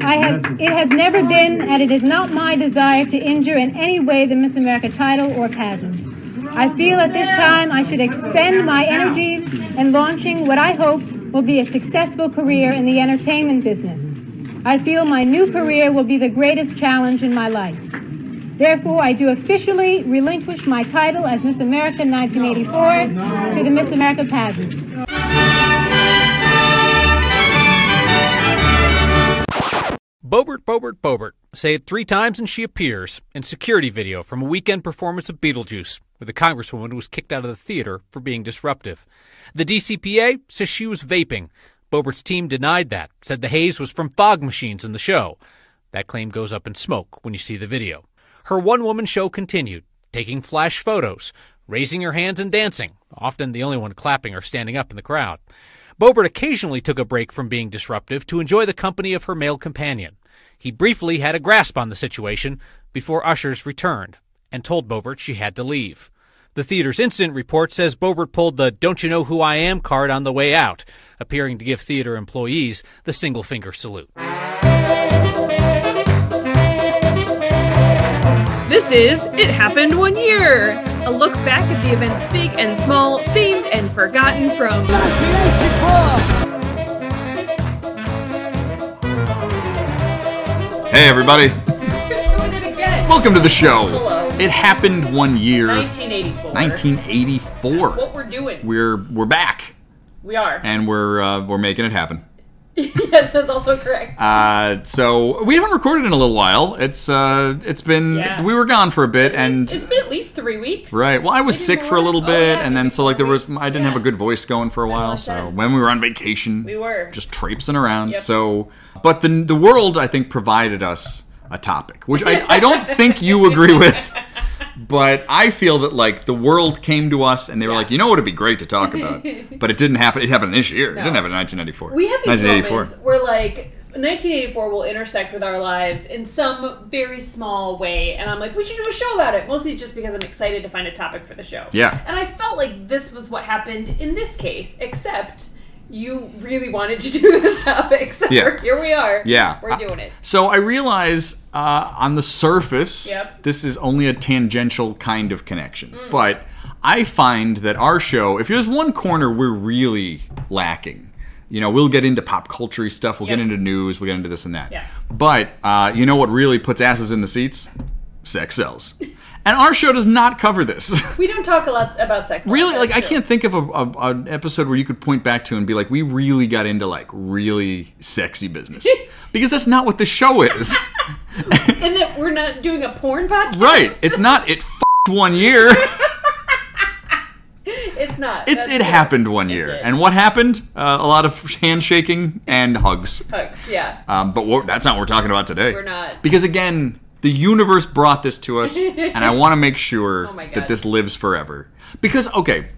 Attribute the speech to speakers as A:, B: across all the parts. A: I have, it has never been, and it is not my desire to injure in any way the Miss America title or pageant. I feel at this time I should expend my energies in launching what I hope will be a successful career in the entertainment business. I feel my new career will be the greatest challenge in my life. Therefore, I do officially relinquish my title as Miss America 1984 to the Miss America pageant.
B: Bobert, Bobert, Bobert. Say it three times and she appears in security video from a weekend performance of Beetlejuice, where the congresswoman was kicked out of the theater for being disruptive. The DCPA says she was vaping. Bobert's team denied that, said the haze was from fog machines in the show. That claim goes up in smoke when you see the video. Her one woman show continued, taking flash photos, raising her hands and dancing, often the only one clapping or standing up in the crowd. Bobert occasionally took a break from being disruptive to enjoy the company of her male companion. He briefly had a grasp on the situation before ushers returned and told Bobert she had to leave. The theater's incident report says Bobert pulled the Don't You Know Who I Am card on the way out, appearing to give theater employees the single finger salute.
C: This is It Happened One Year, a look back at the events big and small, famed and forgotten from.
D: Hey, everybody.
C: You're doing it again!
D: Welcome to the show.
C: Hello.
D: It happened one year,
C: 1984.
D: 1984.
C: What we're doing.
D: We're we're back,
C: We are.
D: and we're uh, we're making it happen.
C: yes, that's also correct.
D: Uh, so we haven't recorded in a little while. It's uh, it's been
C: Yeah.
D: we were gone for a bit, and
C: it's been at least three weeks.
D: right. Well, I was
C: Maybe
D: sick for a
C: more.
D: little
C: Oh,
D: bit,
C: yeah,
D: and then
C: maybe
D: so like there
C: four
D: was
C: weeks.
D: I didn't
C: Yeah.
D: have a good voice going for a
C: a
D: while.
C: long
D: so
C: time.
D: when we were on vacation,
C: We were.
D: just traipsing around.
C: Yep.
D: So, but the the world I think provided us a topic, which I, I don't think you agree with. But I feel that like the world came to us and they were like, you know what would be great to talk about, but it didn't happen. It happened this year. It didn't happen in 1994.
E: we have these
D: 1984.
E: moments where like 1984 will intersect with our lives in some very small way and i'm like we should do a show about it mostly just because i'm excited to find a topic for the show
D: Yeah.
E: and i felt like this was what happened in this case except you really wanted to do this topic so
D: Yeah.
E: here we are
D: Yeah.
E: we're doing it
D: So I realize uh, on the surface,
E: Yep. Mm.
D: this is only a tangential kind of connection. But I find that our show, if there's one corner we're really lacking, you know, we'll get into pop culture stuff, we'll get
E: Yep.
D: into news, we'll get into this and that.
E: Yeah.
D: But uh, you know what really puts asses in the seats? Sex sells. And our show does not cover this.
E: we don't talk a lot about sex
D: really, like
E: That's
D: I
E: true.
D: can't think of a, a, an episode where you could point back to and be like, we really got into like really sexy business. because that's not what the show is.
E: and that we're not doing a porn podcast
D: Right. It's not it f***ed one year.
E: it's not
D: It's
E: That's
D: it
E: true.
D: happened one year.
E: did.
D: And what happened? Uh, a lot of handshaking and hugs.
E: Hugs, yeah
D: Um, but we that's not what we're talking about today.
E: We're not.
D: Because again, the universe brought this to us, and I want to make sure
E: Oh my
D: that
E: God.
D: this lives forever. Because okay,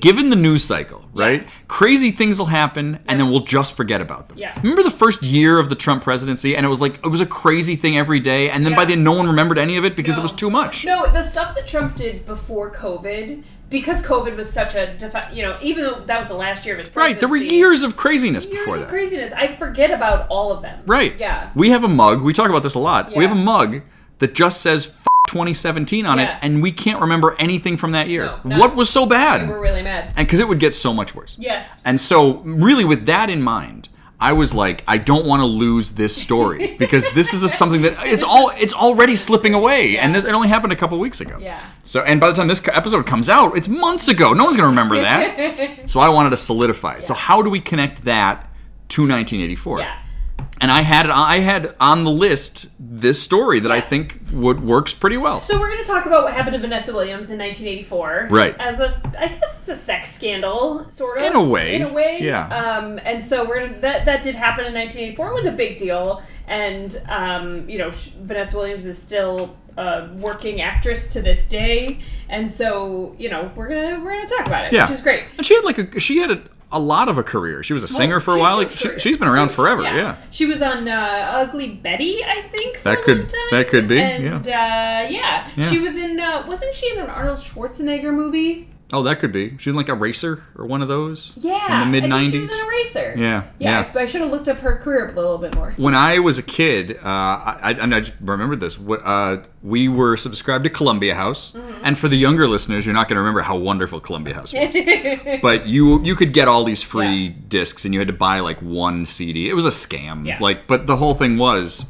D: given the news cycle, right? Crazy things will happen, and then we'll just forget about them.
E: Yeah.
D: Remember the first year of the Trump presidency, and it was like it was a crazy thing every day, and then by
E: Yeah.
D: the end, no one remembered any of it because it
E: No.
D: was too much.
E: No, the stuff that Trump did before COVID, because COVID was such a, defi- you know, even though that was the last year of his presidency.
D: Right, there were years of craziness
E: years
D: before
E: of
D: that.
E: craziness. I forget about all of them.
D: Right.
E: Yeah.
D: We have a mug. We talk about this a lot. We
E: Yeah.
D: have a mug that just says F- 2017 on it,
E: Yeah.
D: and we can't remember anything from that year.
E: No,
D: what
E: no.
D: was so bad?
E: We're really mad.
D: and because it would get so much worse.
E: Yes.
D: And so, really, with that in mind, I was like, I don't want to lose this story because this is a, something that it's all it's already slipping away, and this, it only happened a couple weeks ago.
E: Yeah.
D: So, and by the time this co- episode comes out, it's months ago. No one's gonna remember that. so, I wanted to solidify it. So, how do we connect that to 1984?
E: Yeah.
D: And I had I had on the list this story that I think would works pretty well.
E: So we're going to talk about what happened to Vanessa Williams in 1984.
D: Right.
E: As a, I guess it's a sex scandal, sort of.
D: In a way.
E: In a way.
D: Yeah.
E: Um, and so we're gonna, that that did happen in 1984. It was a big deal, and um, you know, sh- Vanessa Williams is still a working actress to this day, and so you know, we're gonna we're gonna talk about it,
D: Yeah.
E: which is great.
D: and she had like a she had a, a lot of a career. She was a singer for a
E: She's
D: while.
E: huge
D: Like she,
E: career.
D: she's been around
E: Huge.
D: forever. yeah.
E: She was on uh, Ugly Betty, I think. For
D: That
E: a
D: could-
E: long time.
D: that could be,
E: And,
D: yeah.
E: Uh, yeah. She was in. Uh, wasn't she in an Arnold Schwarzenegger movie?
D: Oh, that could be. She was like a racer or one of those.
F: Yeah,
D: In the mid
F: I think
D: nineties.
F: she was an eraser.
D: Yeah,
F: yeah.
D: yeah.
F: But I should have looked up her career a little bit more.
D: when I was a kid, uh, I, I, and I just remembered this. wh- Uh, we were subscribed to Columbia House,
F: Mm-hmm.
D: and for the younger listeners, you're not going to remember how wonderful Columbia House was. but you you could get all these free
F: Yeah.
D: discs, and you had to buy like one CD. It was a scam.
F: Yeah.
D: Like, but the whole thing was,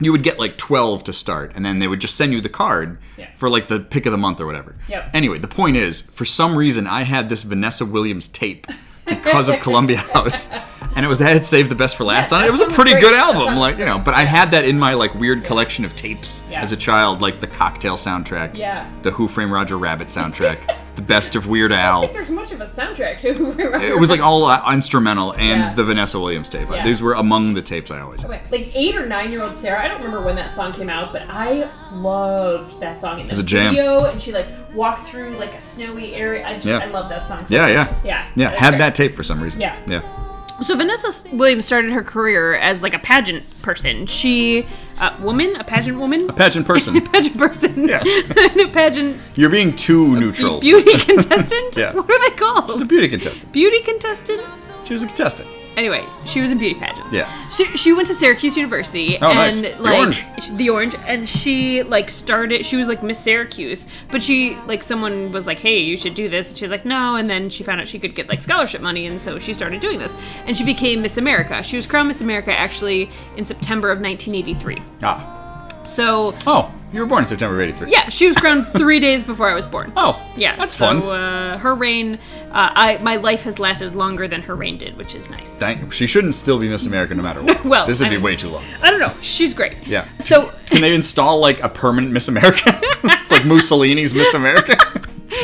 D: you would get like 12 to start, and then they would just send you the card
F: Yeah.
D: for like the pick of the month or whatever.
F: Yep.
D: Anyway, the point is, for some reason, I had this Vanessa Williams tape because of Columbia House. And it was that had saved the best for last on it. It was a
F: that
D: pretty
F: sounds
D: good
F: great. That
D: album,
F: sounds
D: like you know. But I had that in my like weird collection of tapes
F: Yeah.
D: as a child, like the Cocktail soundtrack,
F: Yeah.
D: the Who Framed Roger Rabbit soundtrack, the best of Weird Al.
F: I think there's much of a soundtrack to
D: It was like all uh, instrumental and
F: Yeah.
D: the Vanessa Williams tape.
F: Yeah.
D: These were among the tapes I always. had.
F: Wait, like eight or nine year old Sarah. I don't remember when that song came out, but I loved that song in the
D: was a jam.
F: video. And she like walked through like a snowy area. I just
D: Yeah.
F: I love that song. So
D: Yeah,
F: much.
D: yeah,
F: yeah,
D: yeah.
F: that's
D: Had
F: great.
D: that tape for some reason.
F: Yeah.
D: yeah.
E: So Vanessa Williams started her career as like a pageant person. She, uh, woman, a pageant woman,
D: Pageant person,
E: pageant person,
D: Yeah.
E: a pageant
D: you're being too neutral.
E: beauty contestant.
D: Yeah.
E: What are they
D: She's a
E: called?
D: beauty contestant.
E: Beauty contestant.
D: She was a contestant.
E: Anyway, she was in beauty pageants.
D: Yeah.
E: So she went to Syracuse University
D: Oh,
E: and
D: nice.
E: like
D: The Orange.
E: sh- the orange and she like started she was like Miss Syracuse, but she like someone was like, "Hey, you should do this." And she was like, "No." And then she found out she could get like scholarship money and so she started doing this. And she became Miss America. She was crowned Miss America actually in September of 1983.
D: Ah.
E: So
D: Oh, you were born in September of '83.
E: yeah, she was crowned 3 days before I was born.
D: Oh,
E: Yeah,
D: That's
E: so,
D: fun.
E: Uh, her reign, uh, I my life has lasted longer than her reign did, which is nice.
D: Dang, she shouldn't still be Miss America no matter what.
E: Well,
D: this would
E: I
D: be
E: mean-
D: way too long.
E: I don't know. She's great.
D: Yeah.
E: So
D: Can they install like a permanent Miss America? it's like Mussolini's Miss America.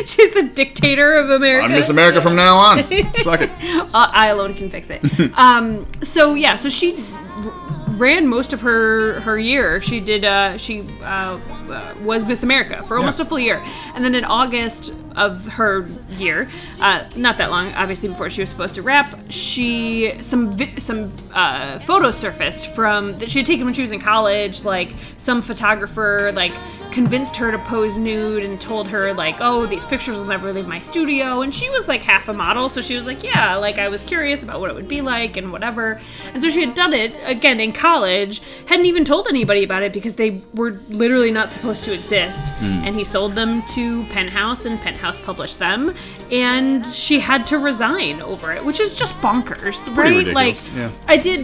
E: she's the dictator of America.
D: I'm Miss America from now on. Suck it.
E: Uh, I alone can fix it. um, so yeah, so she r- ran most of her her year. She did. Uh, she uh, uh, was Miss America for almost
D: Yeah.
E: a full year, and then in August of her year, uh, not that long, obviously before she was supposed to wrap, she some vi- some uh, photos surfaced from that she had taken when she was in college. Like some photographer like convinced her to pose nude and told her like, oh, these pictures will never leave my studio. And she was like half a model, so she was like, yeah, like I was curious about what it would be like and whatever. And so she had done it again in college, hadn't even told anybody about it because they were literally not supposed to exist.
D: Hmm.
E: And he sold them to Penthouse, and Penthouse published them. And she had to resign over it, which is just bonkers, right?
D: ridiculous,
E: Like,
D: yeah.
E: I did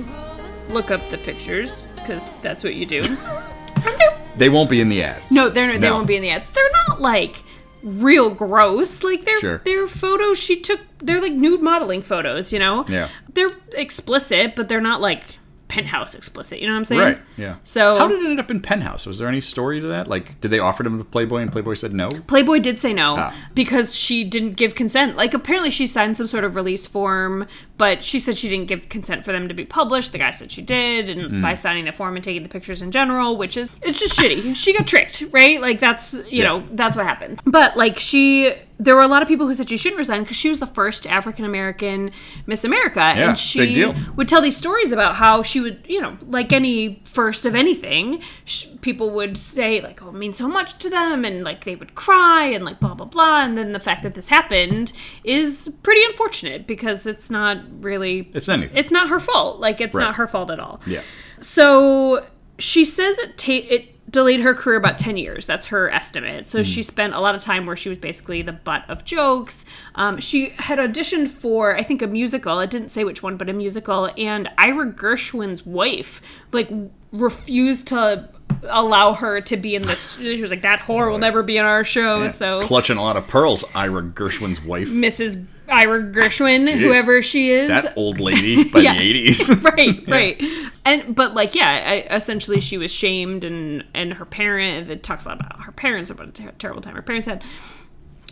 E: look up the pictures because that's what you do. And they're
D: They won't be in the ads.
E: no, they're they won't be in the ads. They're not like real gross. Like they're
D: Sure.
E: they're photos she took. They're like nude modeling photos. You know.
D: Yeah.
E: They're explicit, but they're not like penthouse explicit. You know what I'm saying?
D: Right. Yeah.
E: So-
D: how did it end up in Penthouse? Was there any story to that? Like, did they offer them to Playboy and Playboy said no?
E: Playboy did say no
D: Ah.
E: because she didn't give consent. Like apparently she signed some sort of release form, but she said she didn't give consent for them to be published. The guy said she did, and
D: Mm.
E: by signing the form and taking the pictures in general, which is it's just shitty. She got tricked, right? Like that's you know that's what happened. But like she, there were a lot of people who said she shouldn't resign because she was the first African American Miss America,
D: Yeah,
E: and she
D: big deal.
E: would tell these stories about how she would, you know, like any first of anything, sh- people would say like, "Oh, it means so much to them," and like they would cry and like blah blah blah. And then the fact that this happened is pretty unfortunate because it's not really
D: It's anything.
E: it's not her fault. Like it's
D: Right.
E: not her fault at all.
D: yeah.
E: So she says it ta- it delayed her career about 10 years. That's her estimate. So she spent a lot of time where she was basically the butt of jokes. Um, she had auditioned for, I think, a musical. It didn't say which one, but a musical. And Ira Gershwin's wife, like, refused to allow her to be in this. She was like, that whore will never be on our show. So.
D: clutching a lot of pearls, Ira Gershwin's wife,
E: Mrs. Ira Gershwin, whoever she is,
D: that old lady by
E: Yeah.
D: the '80s.
E: right right and but like yeah I, essentially she was shamed and and her parent it talks a lot about her parents about a ter- terrible time her parents had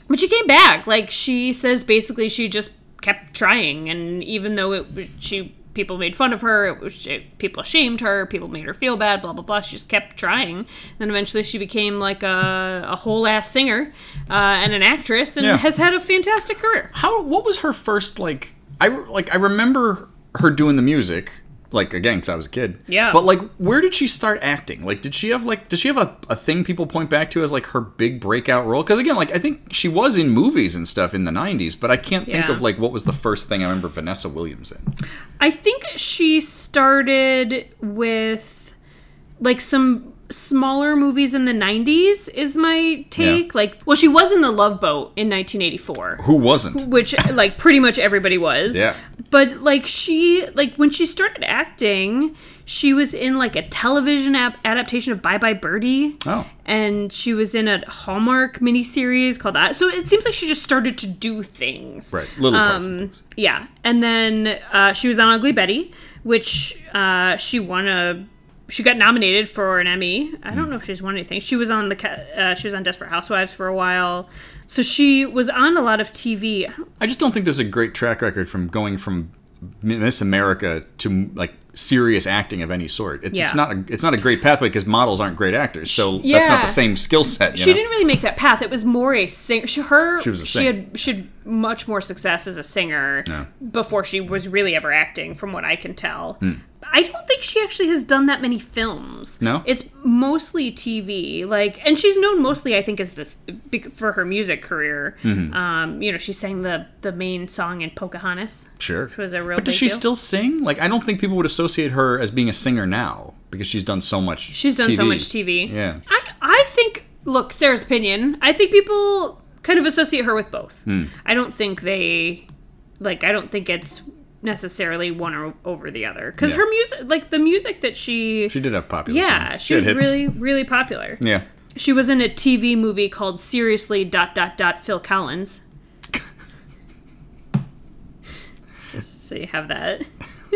E: but she came back like she says basically she just kept trying and even though it w- she people made fun of her it was it, people shamed her people made her feel bad blah blah blah she just kept trying and then eventually she became like a, a whole ass singer uh, and an actress and
D: Yeah.
E: has had a fantastic career
D: How? What was her first like? I like I remember her doing the music, like again because I was a kid.
E: Yeah.
D: But like, where did she start acting? Like, did she have like, did she have a, a thing people point back to as like her big breakout role? Because again, like I think she was in movies and stuff in the '90s, but I can't think
E: Yeah.
D: of like what was the first thing I remember Vanessa Williams in.
E: I think she started with like some smaller movies in the 90s is my take
D: Yeah.
E: like well she was in the love boat in 1984
D: Who wasn't?
E: which like pretty much everybody was
D: Yeah.
E: but like she like when she started acting she was in like a television ap- adaptation of bye bye birdie
D: Oh.
E: and she was in a hallmark miniseries called that so it seems like she just started to do things
D: Right, little parts and
E: um
D: things.
E: yeah and then uh, she was on ugly betty which uh, she won a she got nominated for an Emmy. I
D: Hmm.
E: don't know if she's won anything. She was on the ca- uh, she was on Desperate Housewives for a while, so she was on a lot of TV. I don't
D: I just don't think there's a great track record from going from Miss America to like serious acting of any sort. It,
E: Yeah.
D: It's not a, it's not a great pathway because models aren't great actors, so that's not
E: yeah.
D: the same skill set. You
E: she
D: know?
E: didn't really make that path. It was more a singer. She, her
D: She was a
E: she
D: singer.
E: had she had much more success as a singer before she was really ever acting, from what I can tell.
D: Hmm.
E: I don't think she actually has done that many films.
D: No?
E: it's mostly TV. Like, and she's known mostly, I think, as this bec- for her music career.
D: Mm-hmm.
E: Um, you know, she sang the the main song in Pocahontas.
D: Sure.
E: was a real
D: But does
E: big
D: she
E: deal.
D: still sing? Like I don't think people would associate her as being a singer now because she's done so much.
E: She's done so much TV.
D: Yeah.
E: I, I think, look, Sarah's opinion, I think people kind of associate her with both.
D: Hmm.
E: I don't think they, like, I don't think it's necessarily one or over the other. Because
D: Yeah.
E: her music, like, the music that she.
D: She did have popular.
E: yeah,
D: songs.
E: she was
D: had hits. Hmm.
E: really, really popular.
D: Yeah.
E: She was in a TV movie called Seriously dot dot dot Phil Collins. Just so you have that.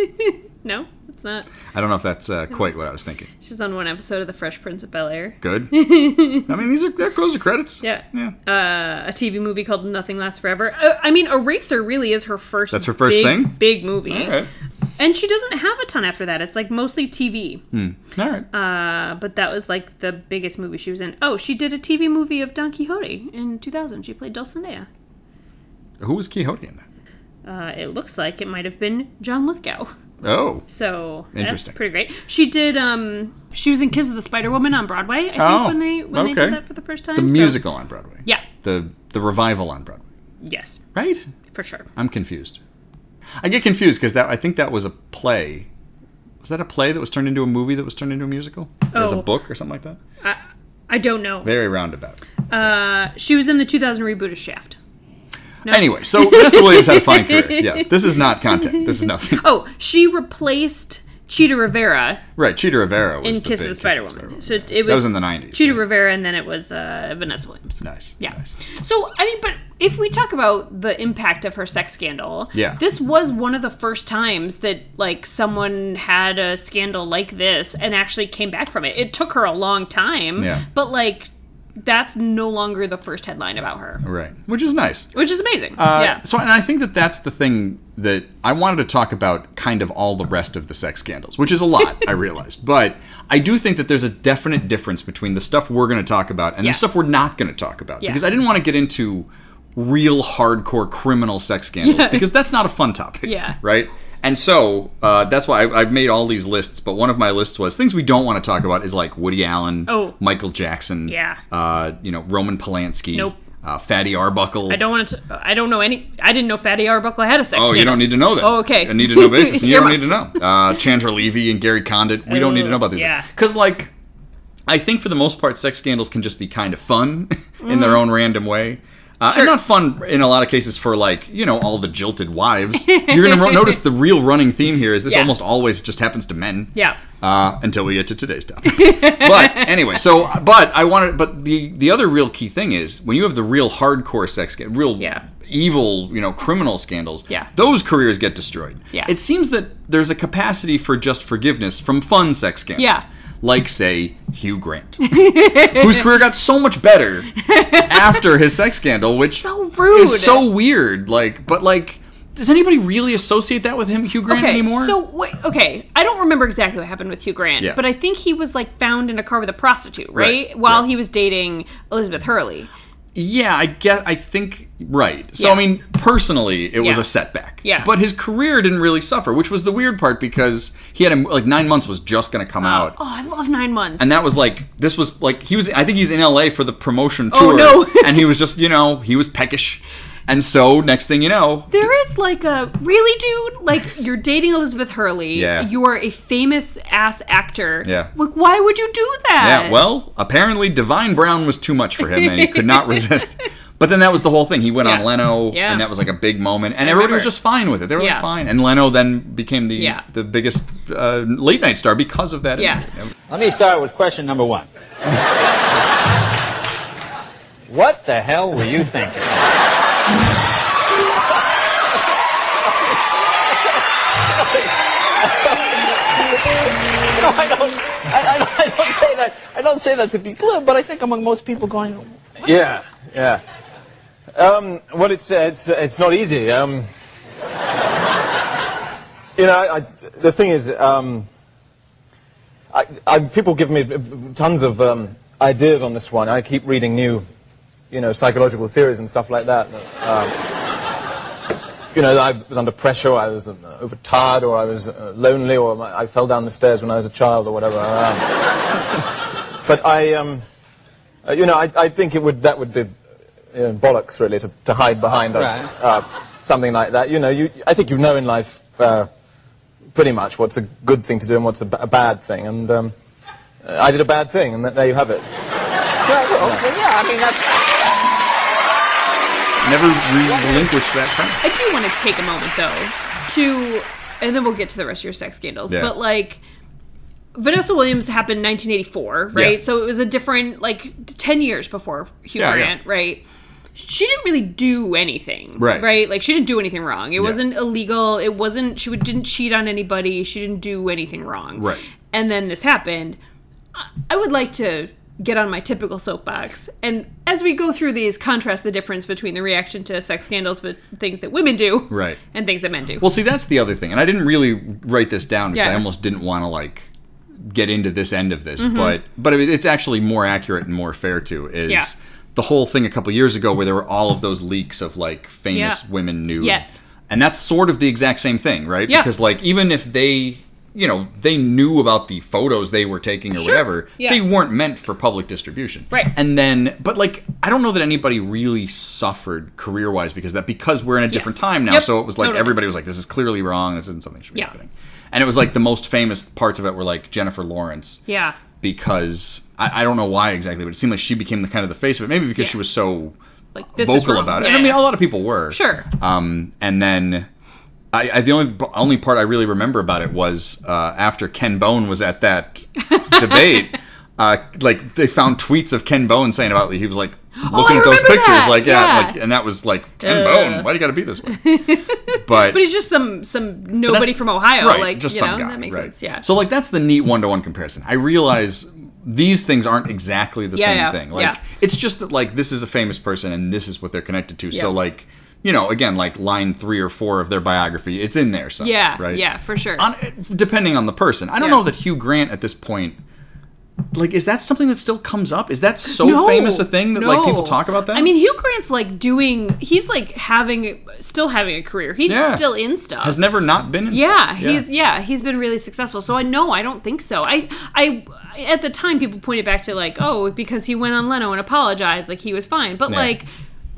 E: no, it's not.
D: I don't know if that's uh, quite what I was thinking.
E: She's on one episode of The Fresh Prince of Bel Air.
D: Good. I mean, these are that goes to credits.
E: Yeah. Uh,
D: Yeah.
E: a TV movie called Nothing Lasts Forever. Uh, I, I mean, Eraser really is her first.
D: That's her first
E: big-
D: thing?
E: Big movie,
D: All right.
E: and she doesn't have a ton after that. It's like mostly TV,
D: Hmm. All right.
E: uh, but that was like the biggest movie she was in. Oh, she did a TV movie of Don Quixote in 2000. She played Dulcinea.
D: Who was Quixote in that?
E: Uh, it looks like it might have been John Lithgow.
D: Oh.
E: So
D: Interesting.
E: that's pretty great. She did. Um, she was in Kiss of the Spider Woman on Broadway. I think
D: Oh,
E: when they when they
D: okay.
E: did that for the first time.
D: The
E: So-
D: musical on Broadway.
E: Yeah.
D: The the revival on Broadway.
E: Yes,
D: Right.
E: for sure.
D: I'm confused. I get confused because that I think that was a play. Was that a play that was turned into a movie that was turned into a musical? Or was it a
E: Oh.
D: book or something like that?
E: I don't know.
D: Very roundabout.
E: Uh, she was in the 2000 reboot of Shaft.
D: Anyway, so Vanessa Williams had a fine career. Yeah, this is not content. This is nothing.
E: Oh, she replaced Cheetah Rivera
D: Right, Cheetah Rivera was
E: in
D: the
E: Kiss
D: big
E: of the Spider Woman. So it was,
D: That was in the 90s.
E: Cheetah
D: yeah.
E: Rivera, and then it was uh, Vanessa Williams.
D: Nice.
E: Yeah.
D: nice.
E: So I mean, but if we talk about the impact of her sex scandal,
D: Yeah.
E: this was one of the first times that like someone had a scandal like this and actually came back from it. It took her a long time,
D: Yeah.
E: but like that's no longer the first headline about her,
D: Right, which is nice.
E: which is amazing.
D: Uh,
E: yeah.
D: So, and I think that that's the thing that I wanted to talk about kind of all the rest of the sex scandals, which is a lot, I realize. But I do think that there's a definite difference between the stuff we're going to talk about and
E: Yeah.
D: the stuff we're not going to talk about.
E: Yeah.
D: Because I didn't want to get into real hardcore criminal sex scandals because that's not a fun topic.
E: Yeah.
D: Right? And so uh, that's why I, I've made all these lists. But one of my lists was things we don't want to talk about is like Woody Allen,
E: Oh.
D: Michael Jackson,
E: Yeah.
D: uh, you know Roman Polanski,
E: Nope.
D: uh, Fatty Arbuckle.
E: I don't want to. I don't know any. I didn't know Fatty Arbuckle had a sex.
D: Oh, you
E: scandal.
D: don't need to know that.
E: Oh, okay.
D: I need to know basis, and you don't need to know.
E: Earmuffs.
D: Uh, Chandra Levy and Gary Condit. We don't need to know about these.
E: Oh, Yeah.
D: Because, like, I think for the most part, sex scandals can just be kind of fun in
E: Mm.
D: their own random way. Uh, And not fun in a lot of cases for, like, you know, all the jilted wives. You're going to ro- notice the real running theme here is this
E: Yeah.
D: almost always just happens to men.
E: Yeah.
D: Uh, until we get to today's topic. but anyway, so but I wanted but the the other real key thing is when you have the real hardcore sex sca- real
E: Yeah.
D: evil, you know, criminal scandals,
E: Yeah.
D: those careers get destroyed.
E: Yeah.
D: It seems that there's a capacity for just forgiveness from fun sex scandals.
E: Yeah.
D: Like say Hugh Grant, whose career got so much better after his sex scandal, which
E: So rude.
D: is so weird. Like, but like, does anybody really associate that with him, Hugh Grant,
E: okay,
D: anymore?
E: So wait, okay, I don't remember exactly what happened with Hugh Grant,
D: Yeah.
E: but I think he was like found in a car with a prostitute, right?
D: Right,
E: While
D: right.
E: he was dating Elizabeth Hurley.
D: Yeah, I get. I think right. So
E: Yeah.
D: I mean, personally, it was
E: Yeah.
D: a setback.
E: Yeah.
D: But his career didn't really suffer, which was the weird part because he had a, like nine months was just gonna come out,
E: Oh, I love Nine Months.
D: and that was like this was like he was. I think he's in L.A. for the promotion
E: Oh,
D: tour.
E: no.
D: and he was just you know he was peckish, and so next thing you know,
E: There is like a really, dude. Like you're dating Elizabeth Hurley.
D: Yeah.
E: You are a famous ass actor.
D: Yeah.
E: Like why would you do that?
D: Yeah, well, apparently Divine Brown was too much for him and he could not resist. But then that was the whole thing. He went on
E: Yeah.
D: Leno
E: Yeah.
D: and that was like a big moment and everybody was
E: remember.
D: just fine with it. They were
E: Yeah.
D: like fine. And Leno then became the
E: Yeah.
D: the biggest uh, late night star because of that.
E: Yeah.
D: interview.
G: Let me start with question number one. what the hell were you thinking?
H: No, I don't. I, I, I don't say that. I don't say that to be glib, but I think among most people, going,
I: Yeah, yeah. Um, well, it's uh, it's uh, it's not easy. Um, you know, I, I, the thing is, um, I, I, people give me tons of um, ideas on this one. I keep reading new, you know, psychological theories and stuff like that. Um, you know, I was under pressure, or I was uh, overtired, or I was uh, lonely, or my, I fell down the stairs when I was a child, or whatever. Um, but I. Um, uh, you know, I, I think it would that would be you know, bollocks really to, to hide behind a,
G: Right.
I: uh, something like that. You know, you I think you know in life uh, pretty much what's a good thing to do and what's a, b- a bad thing. And um, I did a bad thing, and th- there you have it.
H: well, well, well, yeah, I mean, that's.
D: Never relinquished that fact.
E: I do want to take a moment though to, and then we'll get to the rest of your sex scandals.
D: Yeah.
E: But like, Vanessa Williams happened 1984, right?
D: Yeah.
E: So it was a different like 10 years before Hugh
D: Yeah, yeah.
E: Grant, right? She didn't really do anything,
D: Right.
E: Right? Like she didn't do anything wrong. It wasn't illegal. It wasn't. She would- didn't cheat on anybody. She didn't do anything wrong,
D: Right.
E: And then this happened. I- I would like to get on my typical soapbox. And as we go through these, contrast the difference between the reaction to sex scandals with things that women do
D: Right.
E: and things that men do.
D: Well, see, that's the other thing, and I didn't really write this down because
E: Yeah. Mm-hmm.
D: I almost didn't want to like get into this end of this, but but I mean, it's actually more accurate and more fair to is
E: Yeah.
D: the whole thing a couple years ago where there were all of those leaks of like famous
E: Yeah.
D: women nude,
E: Yes.
D: and that's sort of the exact same thing, right?
E: Yeah.
D: Because like even if they you know they knew about the photos they were taking or whatever
E: Yeah.
D: they weren't meant for public distribution
E: Right.
D: and then but like i don't know that anybody really suffered career-wise because that because we're in a different time now
E: Yep.
D: so it was like
E: Totally.
D: everybody was like this is clearly wrong this isn't something that should be
E: Yeah.
D: happening and it was like the most famous parts of it were like jennifer lawrence
E: yeah.
D: because I, I don't know why exactly but it seemed like she became the kind of the face of it maybe because
E: Yeah.
D: she was so
E: Like this is
D: vocal
E: wrong.
D: about it
E: Yeah.
D: and i mean a lot of people were
E: Sure.
D: um, and then I, I the only only part I really remember about it was uh, after Ken Bone was at that debate. Uh, like they found tweets of Ken Bone saying about he was like
E: Oh,
D: looking
E: I
D: at those
E: remember
D: pictures,
E: that,
D: like yeah,
E: yeah.
D: like and that was like Ken Bone. Why do you got to be this way? But
E: But he's just some some nobody from Ohio.
D: right,
E: like
D: just
E: you
D: some
E: know,
D: guy,
E: that makes
D: right.
E: sense. Yeah.
D: So like that's the neat one to one comparison. I realize these things aren't exactly the
E: Yeah,
D: same
E: yeah,
D: thing. Like
E: yeah.
D: it's just that like this is a famous person and this is what they're connected to. So
E: Yeah.
D: like you know again like line three or four of their biography, it's in there. Somewhere,
E: yeah,
D: right.
E: yeah, for sure.
D: On, depending on the person, I don't
E: Yeah.
D: know that Hugh Grant at this point. Like, is that something that still comes up? Is that so
E: No,
D: famous a thing that like people
E: no.
D: talk about that?
E: I mean, Hugh Grant's like doing. He's like having, still having a career. He's
D: Yeah.
E: still in stuff.
D: has never not been. In
E: yeah,
D: stuff.
E: he's yeah, he's been really successful. So I no, I don't think so. I I at the time people pointed back to like oh because he went on Leno and apologized like he was fine, but
D: Yeah.
E: like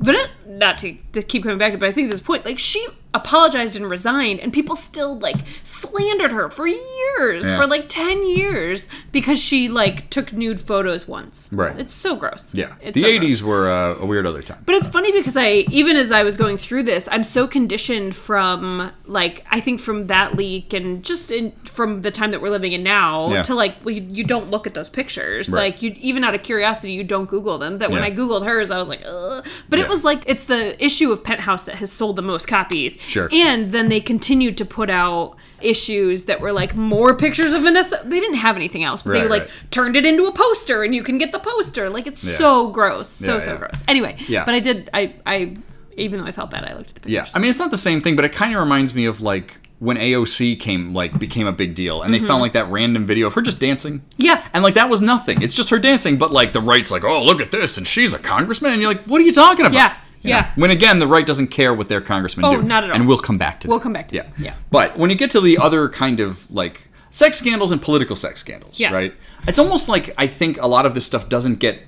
E: but it, not to, to keep coming back to, it, but I think at this point like she apologized and resigned, and people still like slandered her for years
D: Yeah.
E: for like ten years because she like took nude photos once.
D: Right.
E: It's so gross.
D: yeah.
E: It's
D: the
E: so gross.
D: '80s were uh, a weird other time.
E: But it's funny because I, even as I was going through this, I'm so conditioned from like I think from that leak and just in, from the time that we're living in now
D: Yeah.
E: to like well, you, you don't look at those pictures.
D: Right.
E: Like you, even out of curiosity, you don't Google them. That when
D: Yeah.
E: I Googled hers, I was like, Ugh. but
D: Yeah.
E: it was like it's the issue of Penthouse that has sold the most copies.
D: Sure.
E: And then they continued to put out issues that were like more pictures of Vanessa. They didn't have anything else, but they
D: Right,
E: like
D: right.
E: turned it into a poster, and you can get the poster. Like it's
D: Yeah.
E: so gross, so
D: Yeah,
E: so
D: yeah.
E: gross. Anyway,
D: Yeah.
E: but I did. I I even though I felt bad, I looked at the pictures.
D: Yeah, I mean it's not the same thing, but it kind of reminds me of like when AOC came like became a big deal and they found like that random video of her just dancing.
E: Yeah.
D: And like that was nothing. It's just her dancing, but like the right's like, "Oh, look at this and she's a congressman." And you're like, "What are you talking about?"
E: Yeah,
D: You know?
E: yeah.
D: When again, the right doesn't care what their congressmen
E: Oh,
D: do.
E: not at all.
D: And we'll come back to that.
E: We'll come back to
D: yeah.
E: that, yeah.
D: But when you get to the other kind of like sex scandals and political sex scandals,
E: Yeah.
D: right? It's almost like I think a lot of this stuff doesn't get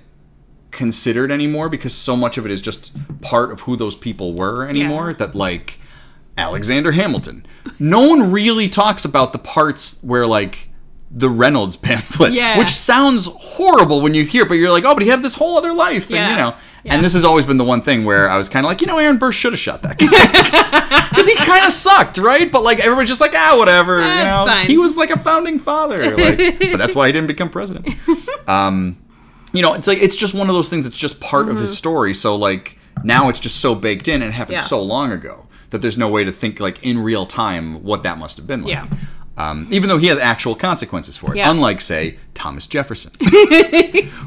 D: considered anymore because so much of it is just part of who those people were anymore that like Alexander Hamilton. No one really talks about the parts where like the Reynolds pamphlet,
E: Yeah.
D: which sounds horrible when you hear it, but you're like, oh, but he had this whole other life, and
E: Yeah.
D: you know.
E: Yeah.
D: And this has always been the one thing where I was kind of like, you know, Aaron Burr should have shot that guy because he kind of sucked, right? But like everybody's just like, ah, whatever. you
E: That's
D: know?
E: fine.
D: He was like a founding father, like, but that's why he didn't become president. Um, you know, it's like it's just one of those things that's just part of his story. So like now it's just so baked in and it happened
E: Mm-hmm. Yeah.
D: so long ago that there's no way to think like in real time what that must have been like.
E: Yeah.
D: Um, even though he has actual consequences for it,
E: Yeah.
D: unlike say Thomas Jefferson,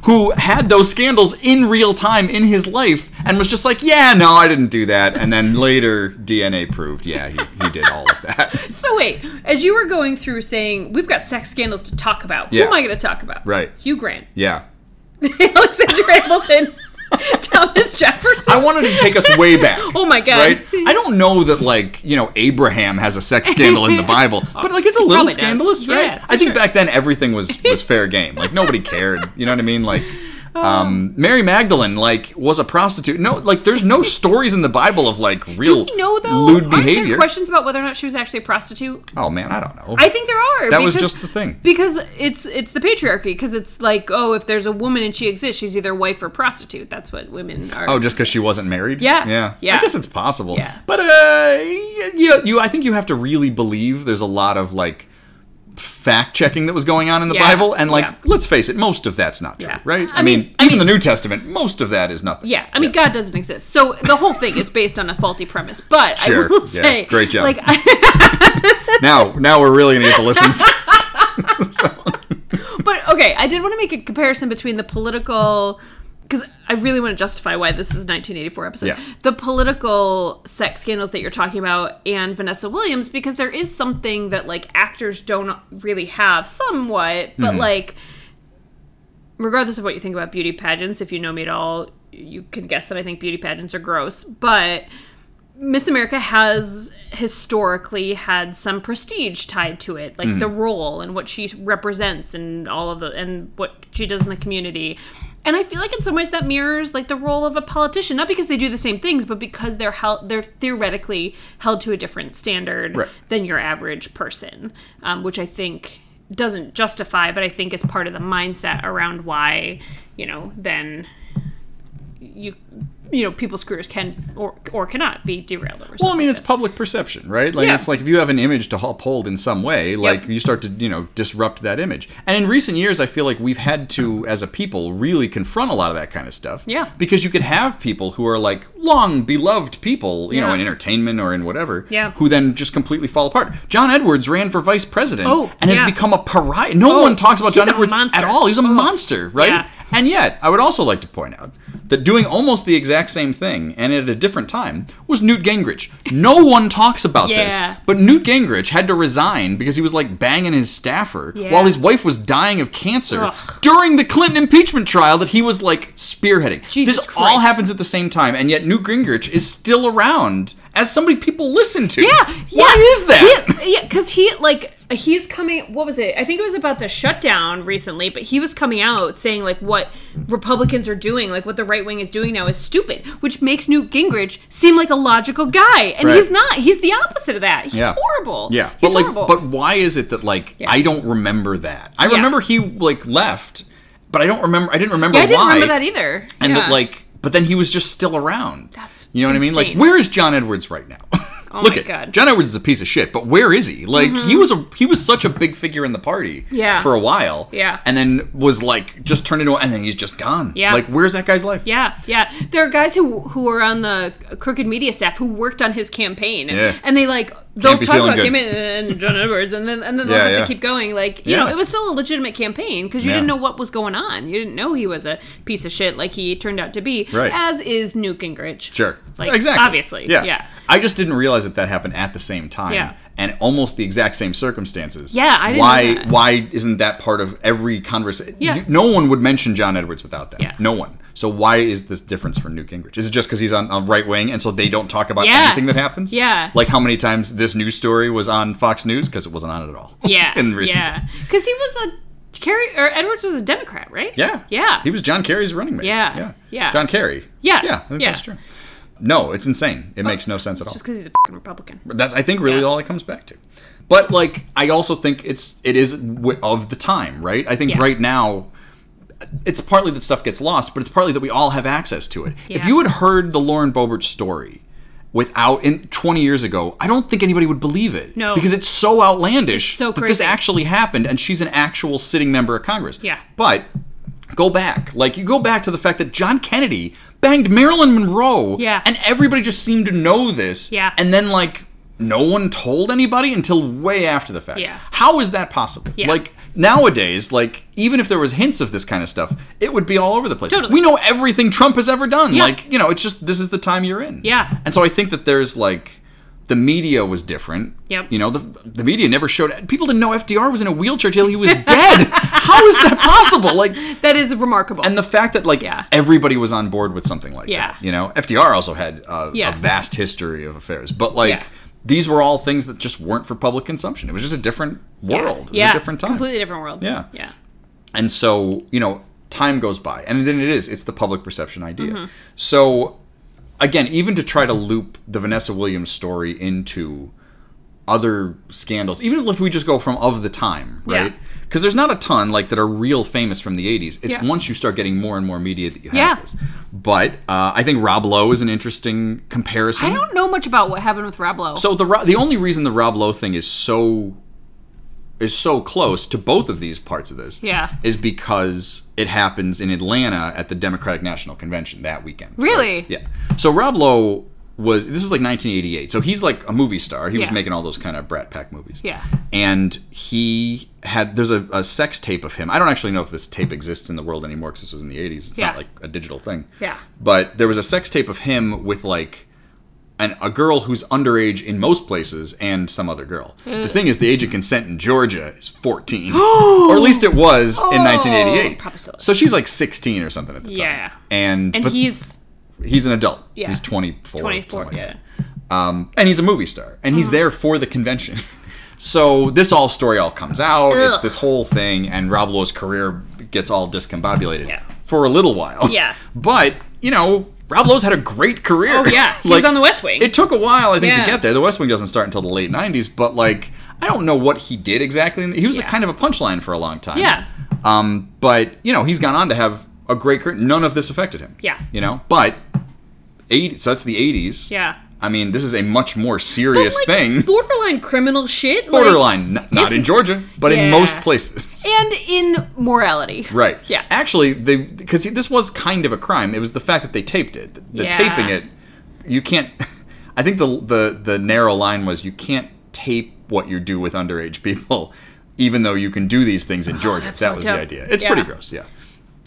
D: who had those scandals in real time in his life and was just like, yeah, no, I didn't do that, and then later DNA proved, yeah, he, he did all of that.
E: So wait, as you were going through saying we've got sex scandals to talk about,
D: Yeah.
E: who am I going to talk about?
D: Right.
E: Hugh Grant,
D: yeah.
E: Alexander Hamilton, Thomas Jefferson.
D: I wanted to take us way back.
E: Oh my God.
D: Right? I don't know that like you know Abraham has a sex scandal in the Bible, but like it's a little
E: Probably does.
D: scandalous, right?
E: Yeah, for
D: I think
E: sure.
D: back then everything was was fair game. Like nobody cared. You know what I mean? Like.
E: Oh.
D: Um, Mary Magdalene like was a prostitute. No, like there's no stories in the Bible of like real
E: You know though,
D: lewd
E: aren't
D: behavior.
E: there questions about whether or not she was actually a prostitute?
D: Oh man, I don't know.
E: I think there are.
D: That was just the thing.
E: Because it's it's the patriarchy. Because it's like, oh, if there's a woman and she exists, she's either wife or prostitute. That's what women are.
D: Oh, just because she wasn't married?
E: Yeah.
D: yeah,
E: Yeah.
D: I guess it's possible.
E: Yeah.
D: But uh, you, you, I think you have to really believe there's a lot of like fact checking that was going on in the
E: Yeah.
D: Bible, and like,
E: Yeah.
D: let's face it, most of that's not true,
E: Yeah.
D: right?
E: I
D: I, mean,
E: mean- I
D: even
E: mean-
D: the New Testament, most of that is nothing.
E: Yeah, I mean, God doesn't exist. So the whole thing is based on a faulty premise. But I
D: Sure,
E: will
D: yeah.
E: say,
D: Great job.
E: Like, I,
D: Now, now we're really gonna get the listens.
E: But okay, I did want to make a comparison between the political because I really want to justify why this is 1984 episode.
D: Yeah.
E: The political sex scandals that you're talking about and Vanessa Williams because there is something that like actors don't really have somewhat, but
D: Mm-hmm.
E: like regardless of what you think about beauty pageants, if you know me at all, you can guess that I think beauty pageants are gross, but Miss America has historically had some prestige tied to it, like
D: Mm.
E: the role and what she represents and all of the and what she does in the community. And I feel like in some ways that mirrors like the role of a politician, not because they do the same things, but because they're held they're theoretically held to a different standard
D: Right.
E: than your average person, um, which I think doesn't justify, but I think is part of the mindset around why you know then you you know people's careers can or or cannot be derailed over.
D: Well, I mean, it's public perception, right? Like
E: Yeah.
D: it's like if you have an image to uphold in some way, like you start to you know disrupt that image. And in recent years, I feel like we've had to, as a people, really confront a lot of that kind of stuff.
E: Yeah.
D: Because you could have people who are like long beloved people, you know,
E: Yeah.
D: in entertainment or in whatever,
E: Yeah.
D: who then just completely fall apart. John Edwards ran for vice president
E: Oh,
D: and has
E: yeah.
D: become a pariah. No
E: Oh,
D: one talks about
E: he's
D: John
E: a
D: Edwards
E: monster.
D: at all. He was a monster, right?
E: Oh. Yeah.
D: And yet, I would also like to point out that doing almost the exact same thing and at a different time was Newt Gingrich. No one talks about
E: Yeah.
D: this, but Newt Gingrich had to resign because he was like banging his staffer
E: Yeah.
D: while his wife was dying of cancer
E: Ugh.
D: during the Clinton impeachment trial that he was like spearheading.
E: Jesus
D: this all
E: Christ.
D: happens at the same time, and yet Newt Gingrich is still around as somebody people listen to.
E: yeah, yeah.
D: Why is that?
E: He- yeah, because he like he's coming. What was it? I think it was about the shutdown recently, but he was coming out saying like what Republicans are doing, like what the right wing is doing now is stupid, which makes Newt Gingrich seem like a logical guy, and
D: Right.
E: he's not. He's the opposite of that. He's horrible.
D: Yeah,
E: he's
D: but like,
E: horrible.
D: but why is it that like
E: Yeah.
D: I don't remember that? I
E: Yeah.
D: remember he like left, but I don't remember. I didn't remember
E: yeah, I didn't
D: why.
E: remember that either.
D: And
E: yeah.
D: that like, but then he was just still around.
E: That's
D: you know what I mean.
E: insane.
D: Like, where is John Edwards right now?
E: Oh
D: Look
E: my
D: at
E: God. Mm-hmm.
D: John Edwards is a piece of shit, but where is he? Like he was a he was such a big figure in the party
E: Yeah.
D: for a while.
E: Yeah.
D: And then was like just turned into and then he's just gone.
E: Yeah.
D: Like where's that guy's life?
E: Yeah, yeah. There are guys who who are on the crooked media staff who worked on his campaign,
D: Yeah.
E: and they like they'll
D: Can't be
E: talk
D: feeling
E: about
D: good.
E: Kim and John Edwards, and then and then they'll
D: Yeah,
E: have
D: yeah.
E: to keep going. Like you
D: Yeah.
E: know, it was still a legitimate campaign because you
D: Yeah.
E: didn't know what was going on. You didn't know he was a piece of shit like he turned out to be.
D: Right.
E: As is Newt Gingrich.
D: Sure.
E: Like
D: exactly.
E: Obviously.
D: Yeah.
E: Yeah.
D: I just didn't realize that that happened at the same time.
E: Yeah.
D: And almost the exact same circumstances.
E: Yeah, I didn't
D: Why?
E: know that.
D: Why isn't that part of every conversation?
E: Yeah.
D: No one would mention John Edwards without that.
E: Yeah.
D: No one. So why is this difference for Newt Gingrich? Is it just because he's on, on right wing and so they don't talk about
E: Yeah.
D: anything that happens?
E: Yeah.
D: Like how many times this news story was on Fox News because it wasn't on it at all.
E: Yeah.
D: In recent
E: yeah. Because he was a Kerry or Edwards was a Democrat, right?
D: Yeah.
E: Yeah.
D: He was John Kerry's running mate.
E: Yeah.
D: Yeah.
E: Yeah.
D: John Kerry.
E: Yeah.
D: Yeah. I think
E: Yeah.
D: That's true. No, it's insane. It makes no sense at all.
E: just because he's a fing Republican.
D: That's I think really
E: Yeah.
D: all it comes back to. But like I also think it's it is w- of the time, right? I think
E: Yeah.
D: right now it's partly that stuff gets lost, but it's partly that we all have access to it. If
E: Yeah.
D: you had heard the Lauren Boebert story without in 20 years ago, I don't think anybody would believe it.
E: No.
D: because it's so outlandish
E: It's so
D: that this
E: crazy.
D: actually happened, and she's an actual sitting member of Congress.
E: Yeah.
D: but go back, like you go back to the fact that John Kennedy banged Marilyn Monroe.
E: Yeah.
D: and everybody just seemed to know this.
E: Yeah.
D: and then like no one told anybody until way after the fact.
E: Yeah.
D: How is that possible?
E: Yeah.
D: Like nowadays, like even if there was hints of this kind of stuff, it would be all over the place.
E: Totally.
D: We know everything Trump has ever done.
E: Yeah.
D: Like, you know, it's just this is the time you're in.
E: Yeah.
D: And so I think that there's like the media was different.
E: Yep.
D: You know, the, the media never showed people didn't know FDR was in a wheelchair till he was dead. How is that possible? Like
E: That is remarkable.
D: and the fact that like
E: Yeah.
D: everybody was on board with something like
E: Yeah.
D: that. You know, FDR also had uh,
E: Yeah.
D: a vast history of affairs, but like
E: Yeah.
D: these were all things that just weren't for public consumption. It was just a different world. It was
E: Yeah.
D: a different time.
E: Completely different world.
D: Yeah.
E: Yeah.
D: And so, you know, time goes by. And then it is, it's the public perception idea.
E: Mm-hmm.
D: So, again, even to try to loop the Vanessa Williams story into other scandals, even if we just go from of the time,
E: Yeah.
D: right? Because there's not a ton like that are real famous from the 80s. It's
E: Yeah.
D: once you start getting more and more media that you have
E: Yeah.
D: this. But uh, I think Rob Lowe is an interesting comparison.
E: I don't know much about what happened with Rob Lowe.
D: So the Ro- the only reason the Rob Lowe thing is so is so close to both of these parts of this,
E: Yeah.
D: is because it happens in Atlanta at the Democratic National Convention that weekend.
E: Really?
D: Yeah. So Rob Lowe was this is like 1988, so he's like a movie star. He was
E: Yeah.
D: making all those kind of Brat Pack movies.
E: Yeah.
D: And he had there's a, a sex tape of him. I don't actually know if this tape exists in the world anymore because this was in the 80s. It's
E: Yeah.
D: not like a digital thing.
E: Yeah.
D: But there was a sex tape of him with like and a girl who's underage in most places and some other girl. The thing is, the age of consent in Georgia is 14, or at least it was in 1988.
E: Oh, probably so.
D: she's like 16 or something at the time.
E: Yeah.
D: and
E: and
D: but
E: he's
D: he's an adult.
E: Yeah.
D: he's 24.
E: 24.
D: something like
E: yeah. Uh-huh.
D: that. Um, and he's a movie star, and he's there for the convention. So this all story all comes out. It's
E: Ugh.
D: this whole thing, and Rob Lowe's career gets all discombobulated
E: Yeah.
D: for a little while.
E: Yeah.
D: but you know, Rob Lowe's had a great career.
E: Oh, yeah. He was on The West Wing.
D: It took a while, I think,
E: Yeah.
D: to get there. The West Wing doesn't start until the late '90s, but like, I don't know what he did exactly. He was a
E: Yeah.
D: kind of a punchline for a long time.
E: Yeah.
D: Um, but you know, he's gone on to have a great career. None of this affected him.
E: Yeah.
D: You know, but eight. So that's the '80s.
E: Yeah.
D: I mean, this is a much more serious
E: Like,
D: thing.
E: Borderline criminal shit. like-
D: Borderline, n- not
E: if-
D: in Georgia, but in
E: Yeah.
D: most places.
E: and in morality.
D: Right.
E: Yeah.
D: Actually, they because this was kind of a crime. It was the fact that they taped it. The
E: Yeah.
D: taping it, you can't. I think the the the narrow line was you can't tape what you do with underage people, even though you can do these things in Georgia.
E: Ah, that's
D: that was
E: fucked
D: the
E: up.
D: idea. It's
E: Yeah.
D: pretty gross. Yeah.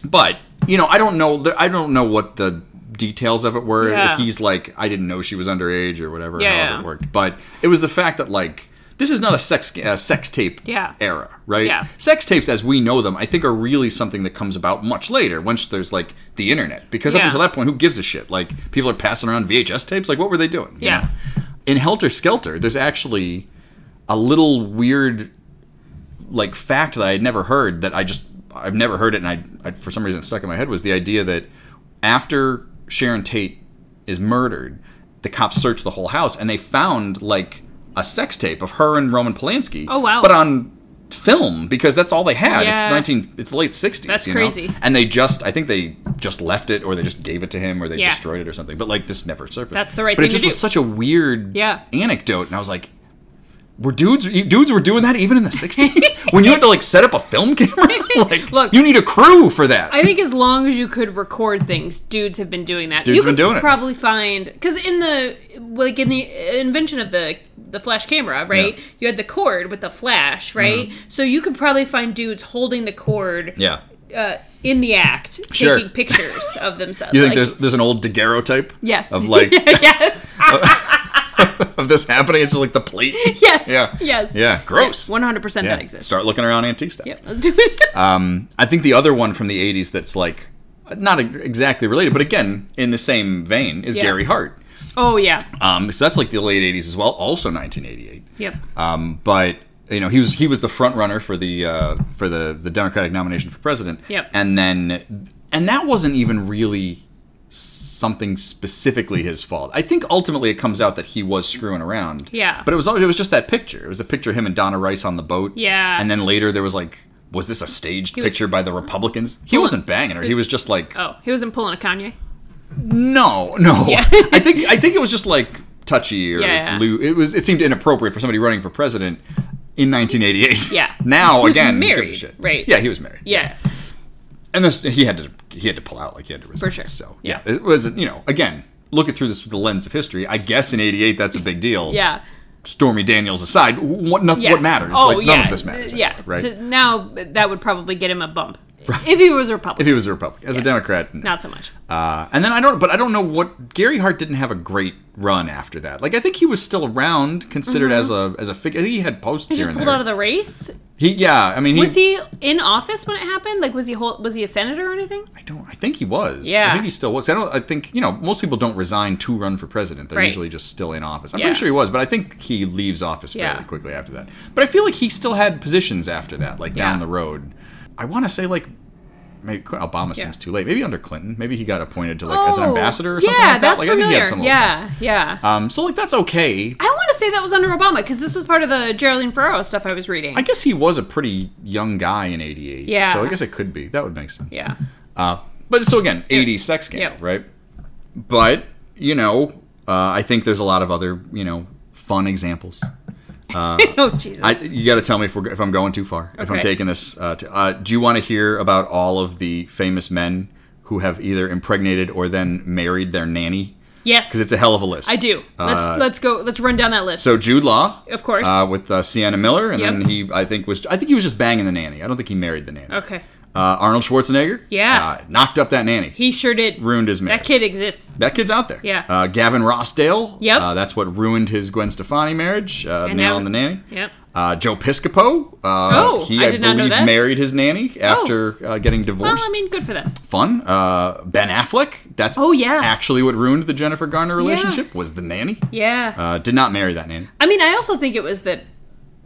D: But you know, I don't know. the- I don't know what the details of it were.
E: Yeah.
D: If he's like, I didn't know she was underage or whatever,
E: Yeah,
D: however
E: yeah.
D: it worked. But it was the fact that like this is not a sex uh, sex tape
E: Yeah.
D: era, right?
E: Yeah.
D: Sex tapes, as we know them, I think are really something that comes about much later, once there's like the internet. Because up
E: Yeah.
D: until that point, who gives a shit? Like people are passing around VHS tapes. Like what were they doing? you
E: Yeah.
D: know? In Helter Skelter, there's actually a little weird like fact that I had never heard that I just I've never heard it and I, I for some reason it stuck in my head was the idea that after Sharon Tate is murdered, the cops searched the whole house and they found like a sex tape of her and Roman Polanski.
E: Oh, wow.
D: But on film because that's all they had.
E: Yeah.
D: It's nineteen it's late sixties.
E: That's
D: you know?
E: crazy.
D: And they just I think they just left it or they just gave it to him or they
E: Yeah.
D: destroyed it or something. But like this never surfaced.
E: That's the right
D: But
E: thing
D: it
E: to
D: just
E: do.
D: was such a weird
E: Yeah.
D: anecdote and I was like were dudes e, dudes were doing that even in the 60s when you had to like set up a film camera like
E: Look.
D: you need a crew for that
E: I think as long as you could record things, dudes have been doing that.
D: Dudes
E: you
D: been
E: could
D: doing it.
E: probably find because in the like in the invention of the the flash camera, right?
D: Yeah. Mm-hmm.
E: You had the cord with the flash, right? So you could probably find dudes holding the cord
D: Yeah.
E: uh, in the act,
D: Sure.
E: taking pictures of themselves.
D: You think
E: Like-
D: there's there's an old daguerreotype?
E: yes
D: Of like
E: yes
D: of this happening, it's just like the plate.
E: yes
D: Yeah.
E: yes
D: Yeah. Gross.
E: One hundred percent
D: Yeah.
E: that exists.
D: Start looking around antique stuff.
E: Yep, let's do it.
D: Um, I think the other one from the 80s that's like not e, exactly related, but again, in the same vein, is
E: Yeah.
D: Gary Hart.
E: oh yeah.
D: Um, so that's like the late 80s as well, also 1988.
E: Yep.
D: Um, but you know, he was he was the front runner for the uh, for the the Democratic nomination for president.
E: Yep.
D: And then and that wasn't even really something specifically his fault. I think ultimately it comes out that he was screwing around.
E: Yeah.
D: But it was al- it was just that picture. It was the picture of him and Donna Rice on the boat.
E: Yeah.
D: And then later there was like was this a staged
E: was-
D: picture by the Republicans? He wasn't banging her. He was just like
E: Oh, he wasn't pulling a Kanye.
D: no, no. I think I think it was just like touchy or
E: Yeah, yeah.
D: loo- it was it seemed inappropriate for somebody running for president in 1988.
E: Yeah.
D: Now
E: He was
D: again, who gives a
E: married,
D: shit?
E: right.
D: Yeah, he was married.
E: Yeah.
D: And this he had to he had to pull out like he had to resign.
E: For sure.
D: So yeah, it was you know again looking through this with the lens of history. I guess in '88 that's a big deal.
E: Yeah.
D: Stormy Daniels aside, what no,
E: Yeah.
D: what matters?
E: Oh,
D: like,
E: yeah.
D: None of this matters.
E: Yeah.
D: anymore, right.
E: So now that would probably get him a bump if he was a Republican.
D: if he was a Republican, as a Democrat, no.
E: not so much.
D: Uh, and then I don't, but I don't know what Gary Hart didn't have a great run after that. Like I think he was still around, considered as a as a figure. I think he had posts
E: Mm-hmm. He
D: here
E: just
D: and
E: pulled
D: there.
E: out of the race.
D: he, yeah, I mean, he,
E: Was he in office when it happened? Like, was he hol- was he a senator or anything?
D: I don't. I think he was. I
E: Yeah.
D: think he still was. I don't. I think you know most people don't resign to run for president. They're
E: Right.
D: usually just still in office. I'm
E: Yeah.
D: pretty sure he was, but I think he leaves office fairly
E: Yeah.
D: quickly after that. But I feel like he still had positions after that, like down
E: Yeah.
D: the road. I want to say like. Maybe Obama
E: Yeah.
D: seems too late. Maybe under Clinton. Maybe he got appointed to like as an ambassador or something
E: Oh, Yeah,
D: like that.
E: that's
D: like I think he
E: familiar.
D: had some of those
E: yeah,
D: things.
E: yeah.
D: Um, so like that's okay.
E: I want to say that was under Obama because this was part of the Geraldine Ferraro stuff I was reading.
D: I guess he was a pretty young guy in '88.
E: Yeah.
D: So I guess it could be. That would make sense.
E: yeah.
D: Uh, but so again, '80s sex scandal,
E: Yep.
D: right? But you know, uh, I think there's a lot of other you know fun examples.
E: oh Jesus.
D: I, you got to tell me if, we're, if I'm going too far. If I'm
E: Okay.
D: taking this. Uh, to, uh, do you want to hear about all of the famous men who have either impregnated or then married their nanny?
E: yes.
D: Because it's a hell of a list.
E: I do. Let's
D: Uh,
E: let's go. Let's run down that list.
D: So Jude Law,
E: Of course.
D: uh, with uh, Sienna Miller, and
E: Yep.
D: then he, I think was, I think he was just banging the nanny. I don't think he married the nanny.
E: okay.
D: Uh, Arnold Schwarzenegger,
E: Yeah.
D: uh, knocked up that nanny,
E: He sure did.
D: ruined his marriage.
E: That kid exists.
D: That kid's out there.
E: Yeah.
D: Uh, Gavin Rossdale.
E: Yep.
D: Uh, that's what ruined his Gwen Stefani marriage. Uh,
E: And
D: Nail
E: now-
D: on the nanny.
E: Yep.
D: Uh, Joe Piscopo. Uh,
E: Oh,
D: he
E: I did not know
D: believe
E: that. Oh.
D: married his nanny after uh, getting
E: Well,
D: divorced.
E: I mean, good for them.
D: Fun. Uh, ben Affleck. That's
E: Oh, yeah.
D: actually what ruined the Jennifer Garner relationship was the nanny.
E: Yeah.
D: Uh, did not marry that nanny.
E: I mean, I also think it was that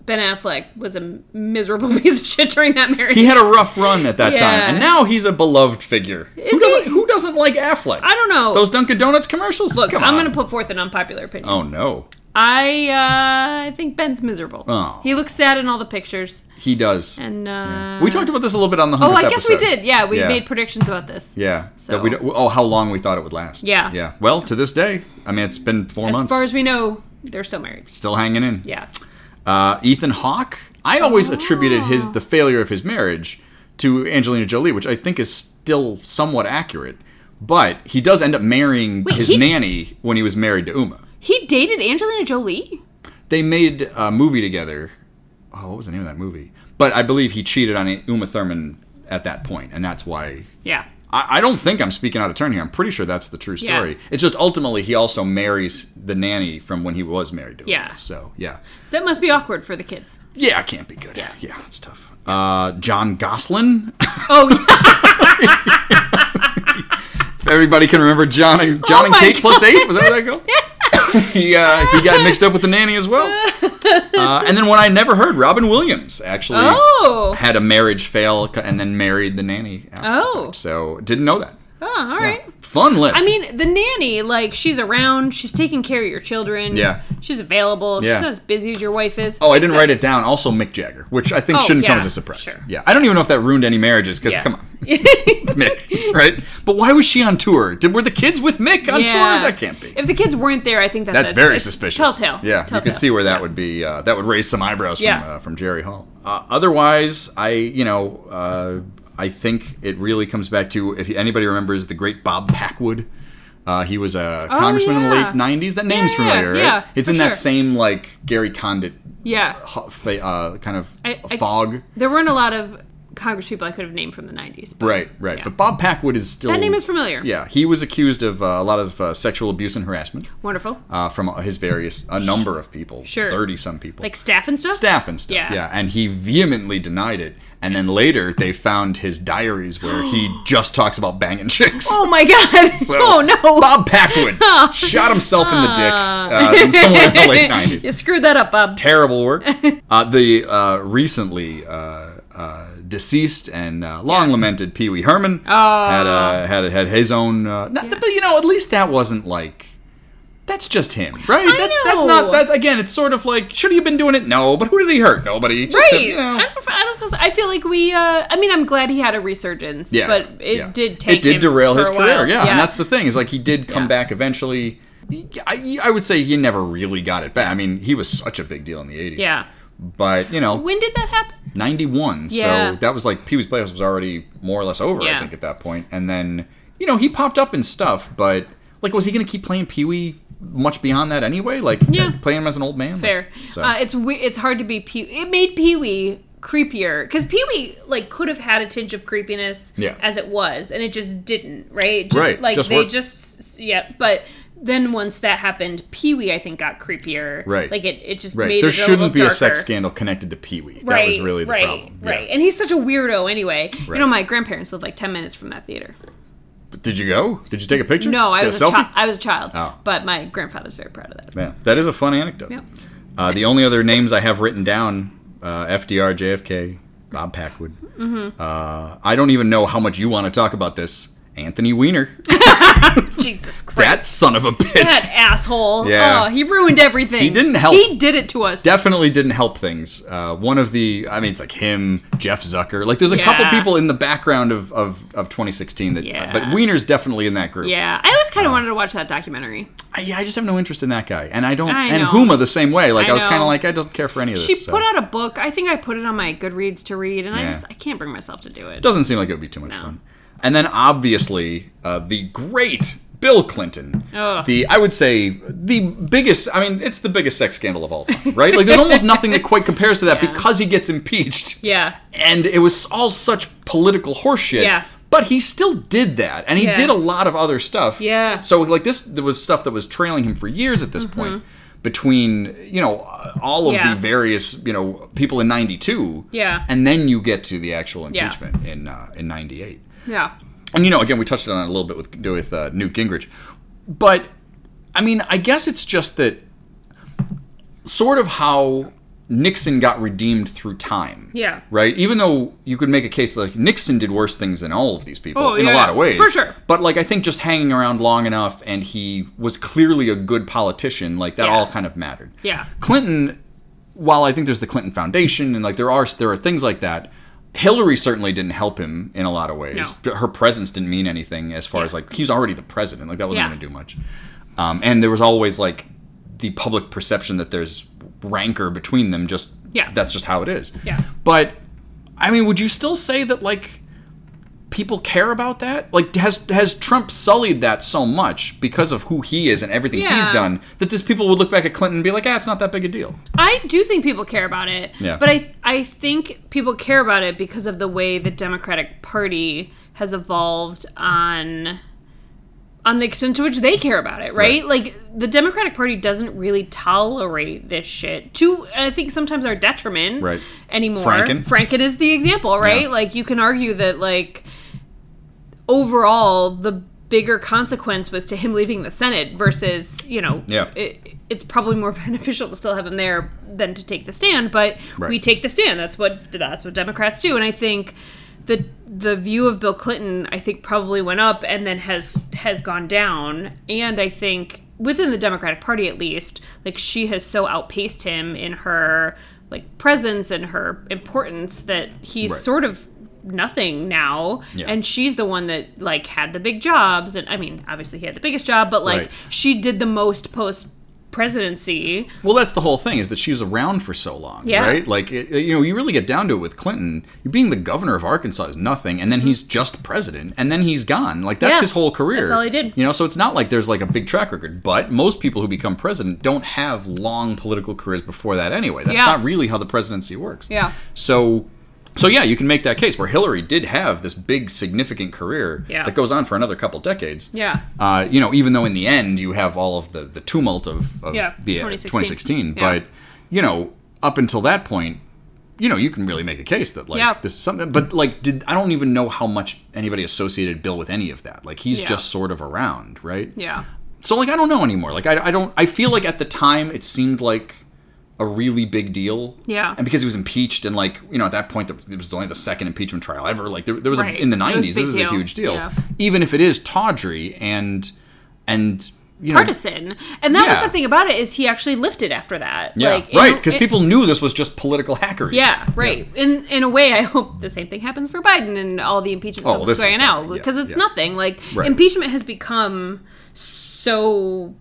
E: Ben Affleck was a miserable piece of shit during that marriage.
D: He had a rough run at that
E: Yeah.
D: time, and now he's a beloved figure. who
E: he?
D: doesn't Who doesn't like Affleck?
E: I don't know.
D: Those Dunkin' Donuts commercials.
E: Look,
D: Come
E: I'm
D: on.
E: going to put forth an unpopular opinion.
D: Oh no,
E: I uh, I think Ben's miserable.
D: Oh.
E: He looks sad in all the pictures,
D: he does.
E: and uh,
D: we talked about this a little bit on the. 100th
E: Oh, I guess we
D: episode.
E: did. Yeah, we
D: Yeah.
E: made predictions about this.
D: Yeah.
E: So-
D: That we don't- oh, how long we thought it would last.
E: Yeah.
D: Yeah. Well, to this day, I mean, it's been four
E: As
D: months.
E: far as we know, they're still married.
D: Still hanging in.
E: Yeah.
D: Uh, Ethan Hawke. I always attributed his the failure of his marriage to Angelina Jolie, which I think is still somewhat accurate. But he does end up marrying his
E: he-
D: nanny when he was married to Uma.
E: He dated Angelina Jolie.
D: they made a movie together. Oh, what was the name of that movie? But I believe he cheated on Uma Thurman at that point, and that's why.
E: Yeah.
D: I, I don't think I'm speaking out of turn here. I'm pretty sure that's the true
E: Yeah.
D: story. It's just ultimately he also marries the nanny from when he was married to. her.
E: Yeah.
D: So yeah,
E: That must be awkward for the kids.
D: yeah, it can't be good. Yeah, yeah, it's tough. Uh, John Goslin.
E: Oh, yeah.
D: If everybody can remember John and John
E: Oh
D: and
E: my
D: Kate plus eight. Was that what that called? he uh, he got mixed up with the nanny as well. Uh, and then one I never heard, Robin Williams actually.
E: Oh.
D: had a marriage fail c- and then married the nanny. after
E: Oh.
D: the fact. So didn't know that.
E: Oh, all right.
D: Fun list.
E: I mean, the nanny, like, she's around. She's taking care of your children.
D: Yeah.
E: She's available.
D: Yeah.
E: She's not as busy as your wife is.
D: oh, I didn't write it down. Also, Mick Jagger, which I think
E: Oh,
D: shouldn't come
E: yeah,
D: as a surprise.
E: sure.
D: Yeah, I don't even know if that ruined any marriages because
E: Yeah.
D: come on, It's Mick, right? But why was she on tour? Did were the kids with Mick on tour? That can't be.
E: If the kids weren't there, I think that's
D: That's
E: a-
D: very
E: it's
D: suspicious.
E: Telltale.
D: Yeah,
E: Telltale.
D: you can see where that would be. Uh, that would raise some eyebrows from
E: Yeah.
D: uh, from Jerry Hall. Uh, otherwise, I you know uh, I think it really comes back to if anybody remembers the great Bob Packwood. Uh, he was a congressman in the
E: Oh, yeah.
D: late '90s. That name's
E: yeah,
D: familiar, right?
E: yeah,
D: it's
E: for
D: in
E: sure.
D: that same like Gary Condit
E: Yeah.
D: ho- fa- uh, kind of
E: I- I-
D: fog.
E: There weren't a lot of Congress people I could have named from the 90s. but
D: Right, right.
E: Yeah.
D: But Bob Packwood is still
E: That name is familiar.
D: Yeah, he was accused of uh, a lot of uh, sexual abuse and harassment
E: Wonderful.
D: uh, from his various a number of people,
E: Sure.
D: thirty some people,
E: Like staff and stuff?
D: staff and stuff.
E: Yeah.
D: Yeah. and he vehemently denied it. And then later, they found his diaries where he just talks about banging chicks.
E: Oh my god.
D: So,
E: oh no.
D: Bob Packwood shot himself in the dick uh, in somewhere in the late nineties.
E: You screwed that up, Bob.
D: Terrible work. Uh, the uh, recently uh, uh, deceased and uh, long lamented Pee Wee Herman had, uh, had had his own. Uh, not-
E: Ah. Yeah.
D: But you know, at least that wasn't like. That's just him, right? that's that's
E: know.
D: not that's again. It's sort of like should he have been doing it? No, but who did he hurt? Nobody. Just
E: Right.
D: him, you know.
E: I don't. I don't. Feel so. I feel like we. Uh, I mean, I'm glad he had a resurgence.
D: Yeah,
E: But it
D: yeah.
E: did take.
D: It did
E: him
D: derail
E: for
D: his
E: a while.
D: career. Yeah.
E: yeah.
D: and that's the thing is like he did come
E: Yeah.
D: back eventually. I, I would say he never really got it back. I mean, he was such a big deal in the '80s.
E: Yeah.
D: but you know,
E: When did that happen?
D: '91.
E: Yeah.
D: So that was like Pee Wee's Playhouse was already more or less over,
E: Yeah.
D: I think, at that point. And then you know he popped up and stuff, but like, was he going to keep playing Pee Wee much beyond that anyway? Like,
E: Yeah.
D: playing him as an old man.
E: Fair.
D: So
E: Uh, it's we- it's hard to be Pee. It made Pee Wee creepier because Pee Wee like could have had a tinge of creepiness
D: Yeah.
E: as it was, and it just didn't. Right. Just,
D: Right,
E: Like
D: just
E: they
D: worked.
E: just yeah, but. Then once that happened, Pee Wee I think got creepier.
D: Right.
E: Like it, it just
D: right,
E: made
D: there
E: it a little
D: shouldn't be a sex
E: darker.
D: scandal connected to Pee Wee.
E: right,
D: that was really the
E: right,
D: problem. Yeah.
E: Right, and he's such a weirdo anyway. You
D: Right.
E: know, my grandparents lived like ten minutes from that theater.
D: Did you go? Did you take a picture?
E: No, I
D: Get
E: was a,
D: selfie?
E: child. I was a child,
D: Oh.
E: but my grandfather's very proud of that.
D: Yeah, that is a fun anecdote.
E: Yep.
D: Uh, the only other names I have written down: uh, FDR, JFK, Bob Packwood.
E: Mm-hmm.
D: Uh, I don't even know how much you want to talk about this. Anthony Weiner,
E: Jesus Christ,
D: that son of a bitch,
E: that asshole!
D: Yeah.
E: Oh, he ruined everything.
D: He didn't help.
E: He did it to us.
D: definitely didn't help things. Uh, one of the, I mean, it's like him, Jeff Zucker. Like, there's a couple
E: Yeah.
D: people in the background of of, of 2016 that, uh,
E: Yeah.
D: but Weiner's definitely in that group.
E: yeah, I always kind of wanted to watch that documentary.
D: I, yeah, I just have no interest in that guy, and I don't,
E: I
D: and
E: know.
D: Huma the same way. Like,
E: I
D: I, was
E: know.
D: kind of like, I don't care for any of this.
E: She
D: so.
E: put out a book. I think I put it on my Goodreads to read, and I
D: Yeah.
E: just I can't bring myself to do it.
D: doesn't seem like it would be too much fun. And then obviously uh, the great Bill Clinton,
E: Ugh.
D: the I would say the biggest. I mean, it's the biggest sex scandal of all time, right? Like there's almost nothing that quite compares to that
E: Yeah.
D: because he gets impeached.
E: Yeah.
D: and it was all such political horseshit.
E: Yeah.
D: But he still did that, and he
E: Yeah.
D: did a lot of other stuff.
E: Yeah. Mm-hmm.
D: So like this, there was stuff that was trailing him for years at this point. Between you know uh, all of
E: Yeah.
D: the various you know people in '92,
E: Yeah.
D: and then you get to the actual
E: Yeah.
D: impeachment in uh, in '98.
E: Yeah,
D: And you know, again, we touched on it a little bit with with uh, Newt Gingrich, but I mean, I guess it's just that sort of how Nixon got redeemed through time.
E: Yeah.
D: Right. Even though you could make a case like Nixon did worse things than all of these people
E: Oh,
D: in
E: yeah,
D: a lot of ways,
E: for sure.
D: But like, I think just hanging around long enough, and he was clearly a good politician. Like that
E: Yeah.
D: all kind of mattered.
E: yeah,
D: Clinton, while I think there's the Clinton Foundation and like there are there are things like that, Hillary certainly didn't help him in a lot of ways. Her presence didn't mean anything as far as like he was already the president. Like that wasn't
E: Yeah.
D: going to do much. Um, and there was always like the public perception that there's rancor between them. Just
E: Yeah.
D: that's just how it is.
E: Yeah.
D: But I mean, would you still say that like? People care about that. Like, has has Trump sullied that so much because of who he is and everything
E: Yeah.
D: he's done that just people would look back at Clinton and be like, ah, it's not that big a deal.
E: I do think people care about it.
D: Yeah.
E: But I I think people care about it because of the way the Democratic Party has evolved on on the extent to which they care about it, right?
D: Right.
E: Like the Democratic Party doesn't really tolerate this shit. To I think sometimes our detriment
D: Right.
E: anymore.
D: Franken.
E: Franken is the example, right?
D: Yeah.
E: Like you can argue that like overall the bigger consequence was to him leaving the Senate versus, you know,
D: Yeah.
E: it, it's probably more beneficial to still have him there than to take the stand, but we
D: Right.
E: take the stand. That's what that's what Democrats do and I think the the view of Bill Clinton I think probably went up and then has has gone down and I think within the Democratic Party at least like she has so outpaced him in her like presence and her importance that he's
D: Right.
E: sort of nothing now
D: Yeah.
E: and she's the one that like had the big jobs and I mean obviously he had the biggest job but like
D: Right.
E: she did the most post presidency.
D: Well, that's the whole thing is that she was around for so long,
E: Yeah.
D: right? Like, it, you know, you really get down to it with Clinton. You being the governor of Arkansas is nothing, and then he's just president, and then he's gone. Like that's
E: Mm-hmm. Yeah.
D: his whole career.
E: That's all he did.
D: You know, so it's not like there's like a big track record. But most people who become president don't have long political careers before that anyway. That's
E: Yeah.
D: not really how the presidency works.
E: Yeah.
D: So. So yeah, you can make that case where Hillary did have this big, significant career
E: Yeah.
D: that goes on for another couple decades.
E: Yeah.
D: Uh, you know, even though in the end you have all of the, the tumult of, of
E: Yeah,
D: the uh,
E: 2016.
D: 2016,
E: Yeah.
D: but you know, up until that point, you know, you can really make a case that like
E: Yeah.
D: this is something. But like, did I don't even know how much anybody associated Bill with any of that. Like, he's
E: Yeah.
D: just sort of around, right?
E: Yeah.
D: So like, I don't know anymore. Like, I, I don't. I feel like at the time it seemed like a really big deal.
E: Yeah.
D: And because he was impeached, and like you know, at that point there- it was only the second impeachment trial ever. Like there, there was
E: Right.
D: a, in the
E: It was a
D: '90s.
E: big
D: This is
E: deal.
D: a huge deal.
E: Yeah.
D: Even if it is tawdry and and you know.
E: Partisan. And that
D: Yeah.
E: was the thing about it is he actually lifted after that.
D: Yeah,
E: Like, in-
D: right. Because
E: in-
D: people knew this was just political hackery.
E: Yeah, right. In in a way, I hope the same thing happens for Biden and all the impeachment
D: Oh,
E: stuff
D: this
E: that's going on
D: is
E: now
D: nothing. Yeah,
E: because it's
D: yeah.
E: nothing. Like
D: Right.
E: impeachment has become so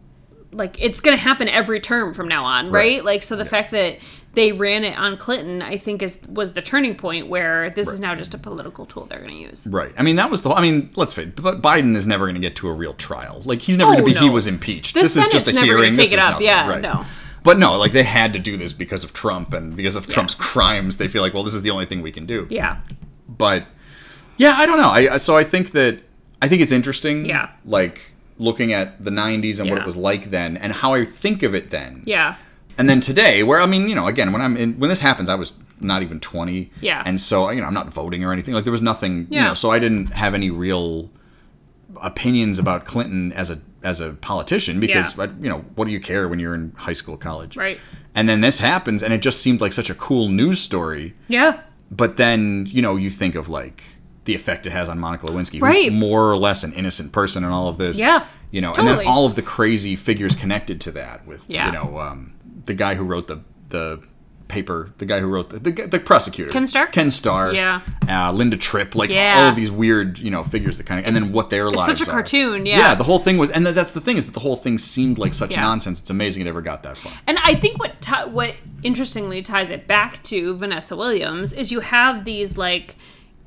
E: like it's going to happen every term from now on, right?
D: Right.
E: Like so the fact that they ran it on Clinton, I think is was the turning point where this is now just a political tool they're going to use.
D: Right. I mean, that was the. I mean, let's face it. But Biden is never going to get to a real trial. Like he's never
E: Oh,
D: going to be. He
E: no.
D: was impeached.
E: The
D: this is just
E: Senate's
D: a
E: never gonna
D: hearing.
E: take
D: this
E: it
D: is
E: up.
D: nothing.
E: Yeah,
D: Right.
E: no.
D: But no, like they had to do this because of Trump and because of Trump's crimes. They feel like, well, this is the only thing we can do.
E: Yeah.
D: But yeah, I don't know. I I- so I think that I think it's interesting.
E: Yeah.
D: Like looking at the '90s and what
E: Yeah.
D: it was like then, and how I think of it then.
E: Yeah.
D: And then today, where I mean, you know, again, when I'm in, when this happens, I was not even 20.
E: Yeah.
D: And so, you know, I'm not voting or anything. Like there was nothing, you
E: Yeah.
D: know, so I didn't have any real opinions about Clinton as a as a politician because
E: Yeah.
D: I, you know, what do you care when you're in high school, college?
E: Right.
D: And then this happens and it just seemed like such a cool news story,
E: Yeah.
D: but then, you know, you think of like the effect it has on Monica Lewinsky,
E: Right.
D: who's more or less an innocent person in all of this.
E: Yeah.
D: You know, and
E: Totally.
D: then all of the crazy figures connected to that with
E: Yeah.
D: you know um, the guy who wrote the the paper, the guy who wrote the the, g- the prosecutor,
E: Ken Starr?
D: Ken Starr,
E: Yeah.
D: uh, Linda Tripp, like
E: Yeah.
D: all of these weird you know figures that kind of, and then what their lives.
E: such a
D: are.
E: cartoon, yeah.
D: the whole thing was, and th- that's the thing is that the whole thing seemed like such
E: Yeah.
D: nonsense. It's amazing it ever got that far.
E: And I think what ti what interestingly ties it back to Vanessa Williams is you have these like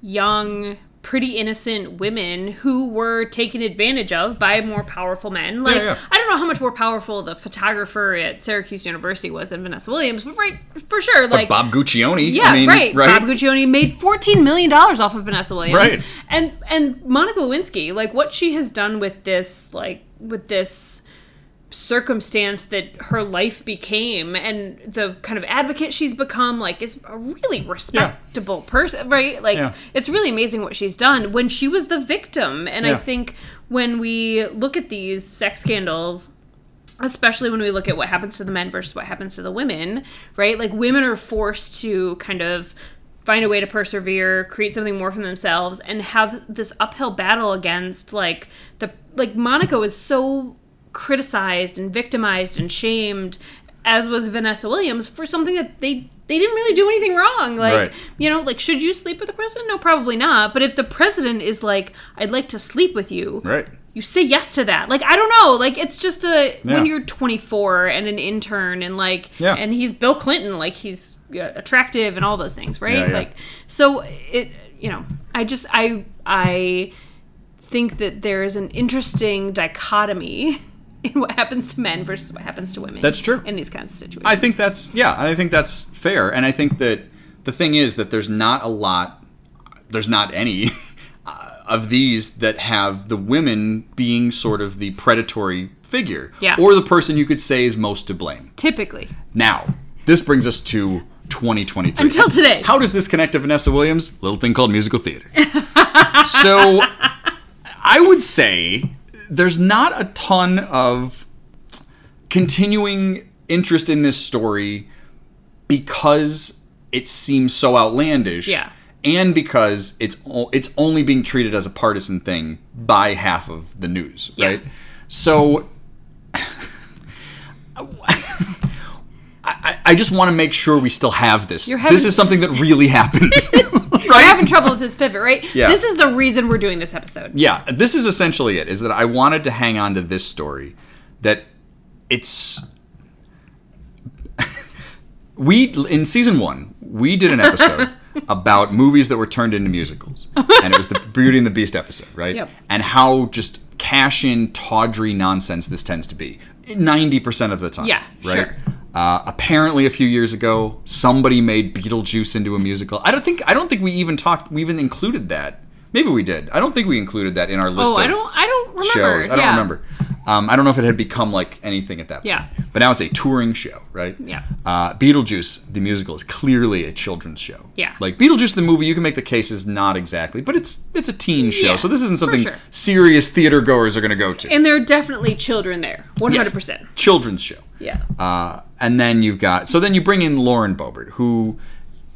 E: young, pretty innocent women who were taken advantage of by more powerful men. Like
D: yeah.
E: I don't know how much more powerful the photographer at Syracuse University was than Vanessa Williams, but right for sure, like
D: Bob Guccione,
E: yeah,
D: I mean,
E: right. Bob Guccione made fourteen million dollars off of Vanessa Williams,
D: Right.
E: And and Monica Lewinsky, like what she has done with this, like with this circumstance that her life became, and the kind of advocate she's become, like is a really respectable person, right? Like
D: Yeah.
E: it's really amazing what she's done when she was the victim, and I
D: Yeah.
E: think when we look at these sex scandals especially when we look at what happens to the men versus what happens to the women, right? Like women are forced to kind of find a way to persevere, create something more from themselves and have this uphill battle against like the like Monica was so criticized and victimized and shamed as was Vanessa Williams for something that they they didn't really do anything wrong. Like
D: Right.
E: you know, like should you sleep with the president? No, probably not. But if the president is like, I'd like to sleep with you,
D: right.
E: you say yes to that. Like I don't know. Like it's just a
D: Yeah.
E: when you're 24 and an intern and like
D: Yeah.
E: and he's Bill Clinton. Like he's yeah, attractive and all those things, right?
D: Yeah, yeah.
E: Like so it. You know, I just I I think that there is an interesting dichotomy in what happens to men versus what happens to women.
D: That's true.
E: In these kinds of situations.
D: I think that's yeah, and I think that's fair. And I think that the thing is that there's not a lot, there's not any uh, of these that have the women being sort of the predatory figure,
E: Yeah.
D: or the person you could say is most to blame.
E: typically.
D: Now, this brings us to 2023.
E: Until today.
D: How does this connect to Vanessa Williams? Little thing called musical theater. so, I would say there's not a ton of continuing interest in this story because it seems so outlandish.
E: Yeah.
D: And because it's o- it's only being treated as a partisan thing by half of the news,
E: Yeah.
D: right? So I, I just want to make sure we still have this.
E: having-
D: this is something that really happened.
E: We're having trouble with this pivot, right?
D: Yeah.
E: This is the reason we're doing this episode.
D: yeah, this is essentially it. Is that I wanted to hang on to this story that it's we in season one we did an episode about movies that were turned into musicals, and it was the Beauty and the Beast episode, right?
E: Yep.
D: And how just cash in tawdry nonsense this tends to be ninety percent of the time.
E: Yeah,
D: right.
E: sure.
D: Uh, apparently, a few years ago, somebody made Beetlejuice into a musical. I don't think I don't think we even talked. We even included that. Maybe we did. I don't think we included that in our list.
E: Oh, I
D: of-
E: don't. I don't remember.
D: shows. I don't
E: Yeah.
D: remember. Um, I don't know if it had become like anything at that point.
E: Yeah.
D: But now it's a touring show, right?
E: Yeah.
D: Uh, Beetlejuice, the musical, is clearly a children's show.
E: Yeah.
D: Like Beetlejuice, the movie, you can make the case is not exactly, but it's it's a teen show,
E: Yeah,
D: so this isn't
E: for
D: something
E: sure.
D: serious theater goers are going to go to.
E: And there are definitely children there. One
D: Yes.
E: hundred percent.
D: Children's show.
E: Yeah.
D: Uh, and then you've got so then you bring in Lauren Boebert, who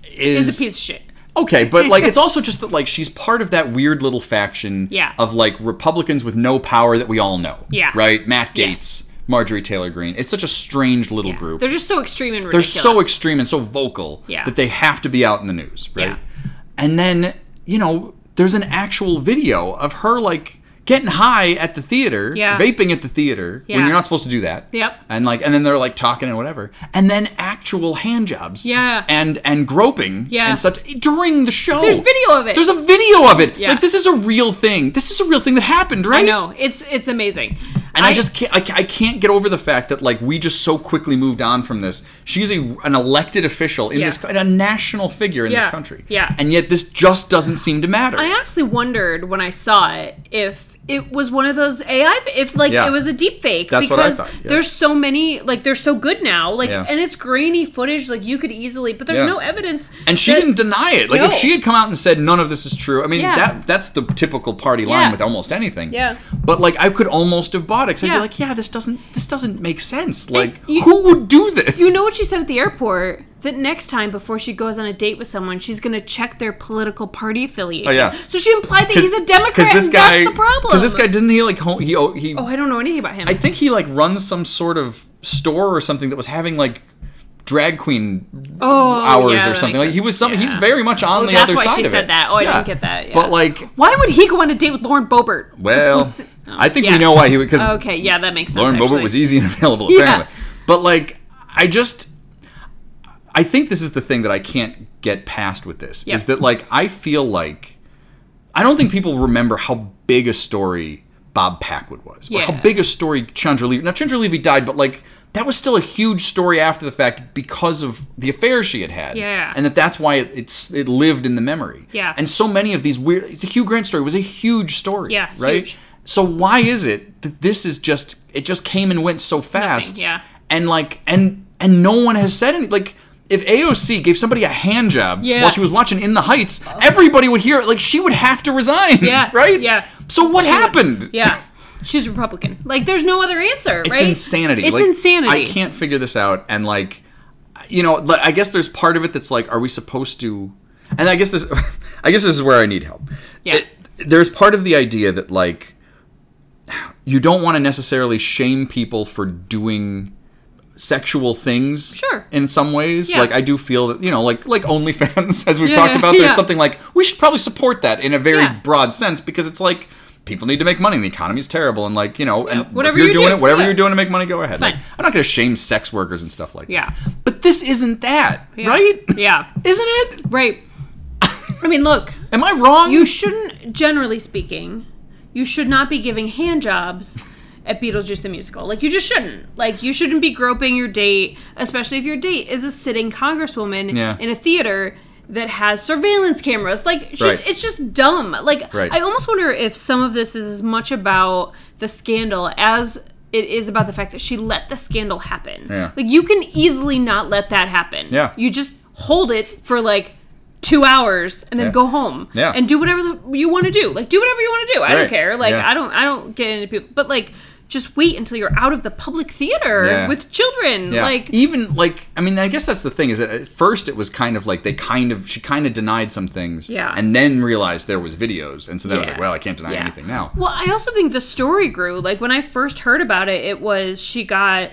D: is
E: It's a piece of shit.
D: Okay, but like it's also just that like she's part of that weird little faction
E: Yeah.
D: of like Republicans with no power that we all know.
E: Yeah.
D: Right?
E: Yes.
D: Matt Gates, Marjorie Taylor Greene. It's such a strange little
E: Yeah.
D: group.
E: They're just so extreme and
D: They're
E: ridiculous.
D: so extreme and so vocal
E: Yeah.
D: that they have to be out in the news, right?
E: Yeah.
D: And then, you know, there's an actual video of her like getting high at the theater,
E: Yeah.
D: vaping at the theater
E: Yeah.
D: when you're not supposed to do that.
E: Yep.
D: And like and then they're like talking and whatever. And then actual hand jobs.
E: Yeah.
D: And and groping
E: Yeah.
D: and stuff during the show.
E: There's video of it.
D: There's a video of it.
E: Yeah.
D: Like this is a real thing. This is a real thing that happened, right?
E: I know. It's it's amazing.
D: And I, just can't. I, ca- I can't get over the fact that like we just so quickly moved on from this. She's a an elected official in
E: Yeah.
D: this this, a national figure in
E: Yeah.
D: this country.
E: Yeah.
D: And yet this just doesn't seem to matter.
E: I honestly wondered when I saw it if it was one of those AI, f- if like
D: Yeah.
E: it was a deep fake.
D: That's what I
E: because
D: thought, yeah.
E: there's so many, like they're so good now, like
D: Yeah.
E: and it's grainy footage, like you could easily, but there's
D: Yeah.
E: no evidence.
D: and she
E: that-
D: didn't deny it. Like if
E: No.
D: she had come out and said none of this is true, I mean
E: Yeah.
D: that that's the typical party line
E: Yeah.
D: with almost anything.
E: Yeah.
D: But like I could almost have bought it. 'cause I'd
E: Yeah.
D: be like, yeah, this doesn't this doesn't make sense. Like
E: you-
D: who would do this?
E: You know what she said at the airport? That next time before she goes on a date with someone, she's going to check their political party affiliation.
D: Oh, yeah.
E: So she implied that he's a Democrat.
D: this
E: and
D: guy,
E: that's the problem.
D: Because this guy didn't he like ho- he oh, he
E: Oh, I don't know anything about him.
D: I think he like runs some sort of store or something that was having like drag queen
E: oh,
D: hours
E: yeah, that
D: or
E: makes
D: something. Like he
E: sense.
D: was some
E: Yeah.
D: he's very much on
E: Oh,
D: the
E: that's
D: other
E: why
D: side
E: she
D: of
E: said
D: it.
E: that. Oh, I didn't get that, yeah.
D: But like,
E: Why would he go on a date with Lauren Boebert?
D: well, I think
E: Oh, yeah.
D: we know why he would because
E: Okay, yeah, that makes sense.
D: Lauren
E: actually.
D: Boebert was easy and available
E: Yeah.
D: apparently. But like, I just I think this is the thing that I can't get past with this
E: Yeah.
D: is that like I feel like I don't think people remember how big a story Bob Packwood was, or how
E: Yeah.
D: big a story Chandra Levy. Now Chandra Levy died, but like that was still a huge story after the fact because of the affair she had had,
E: Yeah.
D: and that that's why it, it's it lived in the memory.
E: Yeah.
D: and so many of these weird. The Hugh Grant story was a huge story.
E: Yeah,
D: right.
E: huge.
D: So why is it that this is just it just came and went so fast?
E: yeah.
D: And like and and no one has said any like if AOC gave somebody a hand job
E: Yeah.
D: while she was watching In the Heights, everybody would hear it. Like she would have to resign.
E: Yeah,
D: Right?
E: yeah.
D: So what happened?
E: Yeah. She's Republican. Like, there's no other answer,
D: It's
E: right?
D: insanity.
E: It's
D: Like,
E: insanity.
D: I can't figure this out. And like, you know, like, I guess there's part of it that's like, are we supposed to? And I guess this, I guess this is where I need help.
E: Yeah.
D: there's part of the idea that like, you don't want to necessarily shame people for doing sexual things
E: Sure.
D: in some ways
E: Yeah.
D: like i do feel that you know like like onlyfans as we've
E: Yeah,
D: talked about there's
E: yeah.
D: something like we should probably support that in a very
E: Yeah.
D: broad sense because it's like people need to make money and the economy is terrible and like you know and
E: whatever
D: if you're
E: you
D: doing
E: do,
D: it whatever
E: yeah.
D: you're doing to make money go ahead like
E: fine.
D: i'm not going to shame sex workers and stuff like
E: Yeah.
D: that but this isn't that
E: Yeah.
D: right
E: Yeah.
D: isn't it
E: Right. I mean, look,
D: am i wrong
E: you shouldn't, generally speaking, you should not be giving hand jobs at Beetlejuice the Musical. Like, you just shouldn't. Like, you shouldn't be groping your date, especially if your date is a sitting congresswoman
D: Yeah.
E: in a theater that has surveillance cameras. Like, she's,
D: Right.
E: it's just dumb. Like,
D: Right.
E: I almost wonder if some of this is as much about the scandal as it is about the fact that she let the scandal happen.
D: Yeah.
E: Like, you can easily not let that happen.
D: Yeah.
E: You just hold it for like two hours and then
D: Yeah.
E: go home
D: Yeah.
E: and do whatever the, you want to do. Like do whatever you want to do. I don't
D: Right.
E: care. Like
D: Yeah.
E: I don't I don't get into people, but like just wait until you're out of the public theater
D: Yeah.
E: with children.
D: Yeah.
E: Like
D: even like I mean I guess that's the thing is that at first it was kind of like they kind of she kind of denied some things
E: Yeah.
D: and then realized there was videos and so then I was
E: Yeah.
D: like well I can't deny
E: Yeah.
D: anything now
E: Well, I also think the story grew. Like when I first heard about it, it was she got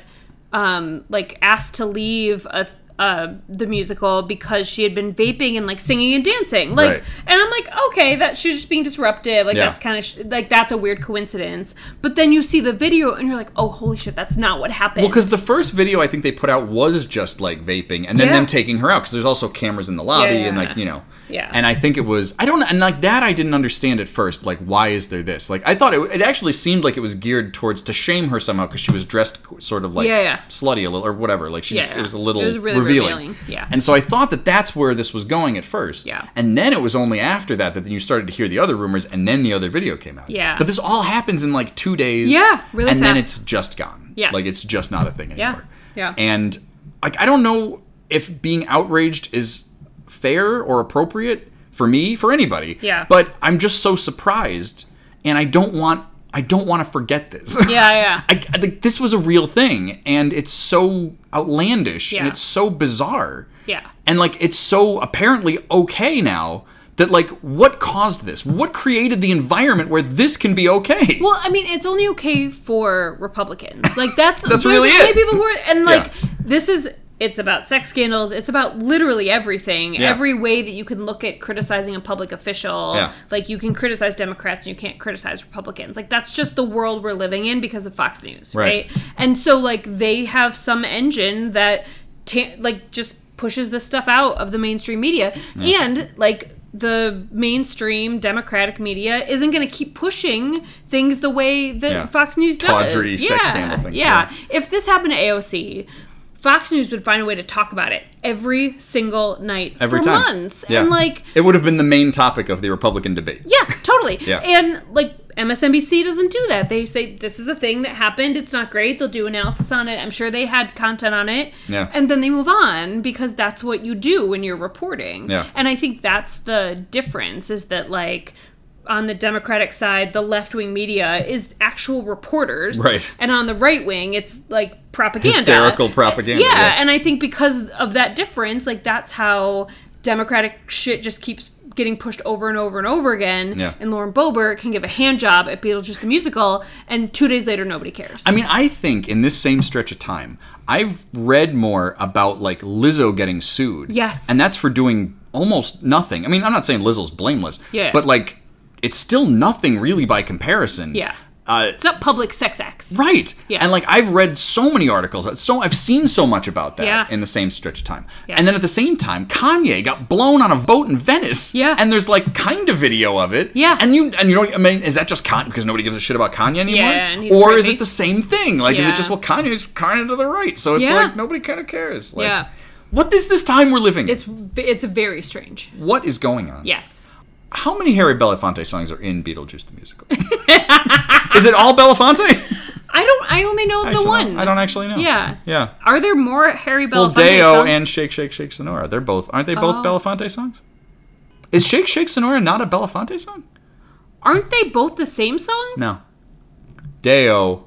E: um like asked to leave a uh, the musical because she had been vaping and like singing and dancing. Like,
D: Right.
E: and I'm like, okay, that she was just being disruptive. Like
D: Yeah.
E: that's kind of sh- like that's a weird coincidence. But then you see the video and you're like, oh, holy shit, that's not what happened.
D: Well, because the first video I think they put out was just like vaping, and then
E: Yeah.
D: them taking her out because there's also cameras in the lobby
E: Yeah,
D: and
E: yeah.
D: like you know.
E: Yeah.
D: And I think it was I don't know and like that I didn't understand at first like why is there this like I thought it, it actually seemed like it was geared towards to shame her somehow because she was dressed sort of like
E: Yeah, yeah.
D: slutty a little or whatever like she just,
E: Yeah,
D: it was a
E: yeah.
D: little
E: It was really
D: revealing.
E: revealing, yeah.
D: And so I thought that that's where this was going at first.
E: Yeah.
D: And then it was only after that that then you started to hear the other rumors and then the other video came out.
E: Yeah.
D: But this all happens in like two days.
E: Yeah, really
D: And then
E: fast.
D: it's just gone.
E: Yeah.
D: Like it's just not a thing anymore.
E: Yeah.
D: And like I don't know if being outraged is fair or appropriate for me, for anybody.
E: Yeah.
D: But I'm just so surprised and I don't want I don't want to forget this.
E: yeah, yeah.
D: I, I think this was a real thing and it's so outlandish and
E: Yeah.
D: it's so bizarre.
E: Yeah.
D: And like it's so apparently okay now that like what caused this? What created the environment where this can be okay?
E: Well, I mean, it's only okay for Republicans. Like that's
D: That's
E: they're
D: really
E: the
D: it.
E: only people who are and like
D: Yeah.
E: this is it's about sex scandals. It's about literally everything.
D: Yeah.
E: Every way that you can look at criticizing a public official.
D: Yeah.
E: Like you can criticize Democrats and you can't criticize Republicans. Like that's just the world we're living in because of Fox News,
D: Right.
E: right? And so like they have some engine that ta- like just pushes this stuff out of the mainstream media and like the mainstream democratic media isn't going to keep pushing things the way that
D: Yeah.
E: Fox News does.
D: Tawdry
E: yeah.
D: sex scandal things,
E: Yeah.
D: yeah.
E: If this happened to AOC, Fox News would find a way to talk about it every single night
D: Every
E: for
D: time.
E: months.
D: Yeah.
E: And like
D: it would have been the main topic of the Republican debate.
E: yeah, totally.
D: Yeah.
E: And like MSNBC doesn't do that. They say this is a thing that happened. It's not great. They'll do analysis on it. I'm sure they had content on it.
D: Yeah.
E: And then they move on because that's what you do when you're reporting.
D: Yeah.
E: And I think that's the difference is that like on the Democratic side, the left wing media is actual reporters.
D: Right.
E: And on the right wing, it's like propaganda.
D: Hysterical propaganda,
E: Yeah.
D: yeah.
E: And I think because of that difference, like that's how Democratic shit just keeps getting pushed over and over and over again.
D: Yeah.
E: And Lauren Boebert can give a hand job at Beetlejuice the Musical, and two days later, nobody cares.
D: I mean, I think in this same stretch of time, I've read more about like Lizzo getting sued.
E: Yes.
D: And that's for doing almost nothing. I mean, I'm not saying Lizzo's blameless.
E: Yeah.
D: But like, it's still nothing really by comparison.
E: yeah.
D: Uh,
E: It's not public sex acts.
D: Right.
E: Yeah.
D: And like I've read so many articles, so I've seen so much about that
E: Yeah.
D: in the same stretch of time.
E: Yeah.
D: And then at the same time, Kanye got blown on a boat in Venice.
E: Yeah.
D: And there's like kind of video of it.
E: Yeah.
D: And you and you know I mean is that just Kanye because nobody gives a shit about Kanye anymore?
E: and he's
D: or is
E: crazy.
D: it the same thing? Like is
E: Yeah.
D: it just well Kanye's kind of to the right, so it's
E: Yeah.
D: like nobody kind of cares. Like,
E: Yeah.
D: What is this time we're living? in?
E: It's v- it's very strange.
D: what is going on?
E: Yes.
D: How many Harry Belafonte songs are in Beetlejuice the musical? is it all Belafonte?
E: I don't. I only know
D: Actually,
E: the one.
D: I don't actually know.
E: Yeah.
D: Yeah.
E: Are there more Harry
D: Well,
E: Belafonte
D: Deo
E: songs?
D: and Shake Shake Shake Sonora. They're both aren't they both
E: Oh.
D: Belafonte songs? Is Shake Shake Sonora not a Belafonte song?
E: aren't they both the same song?
D: No. Deo,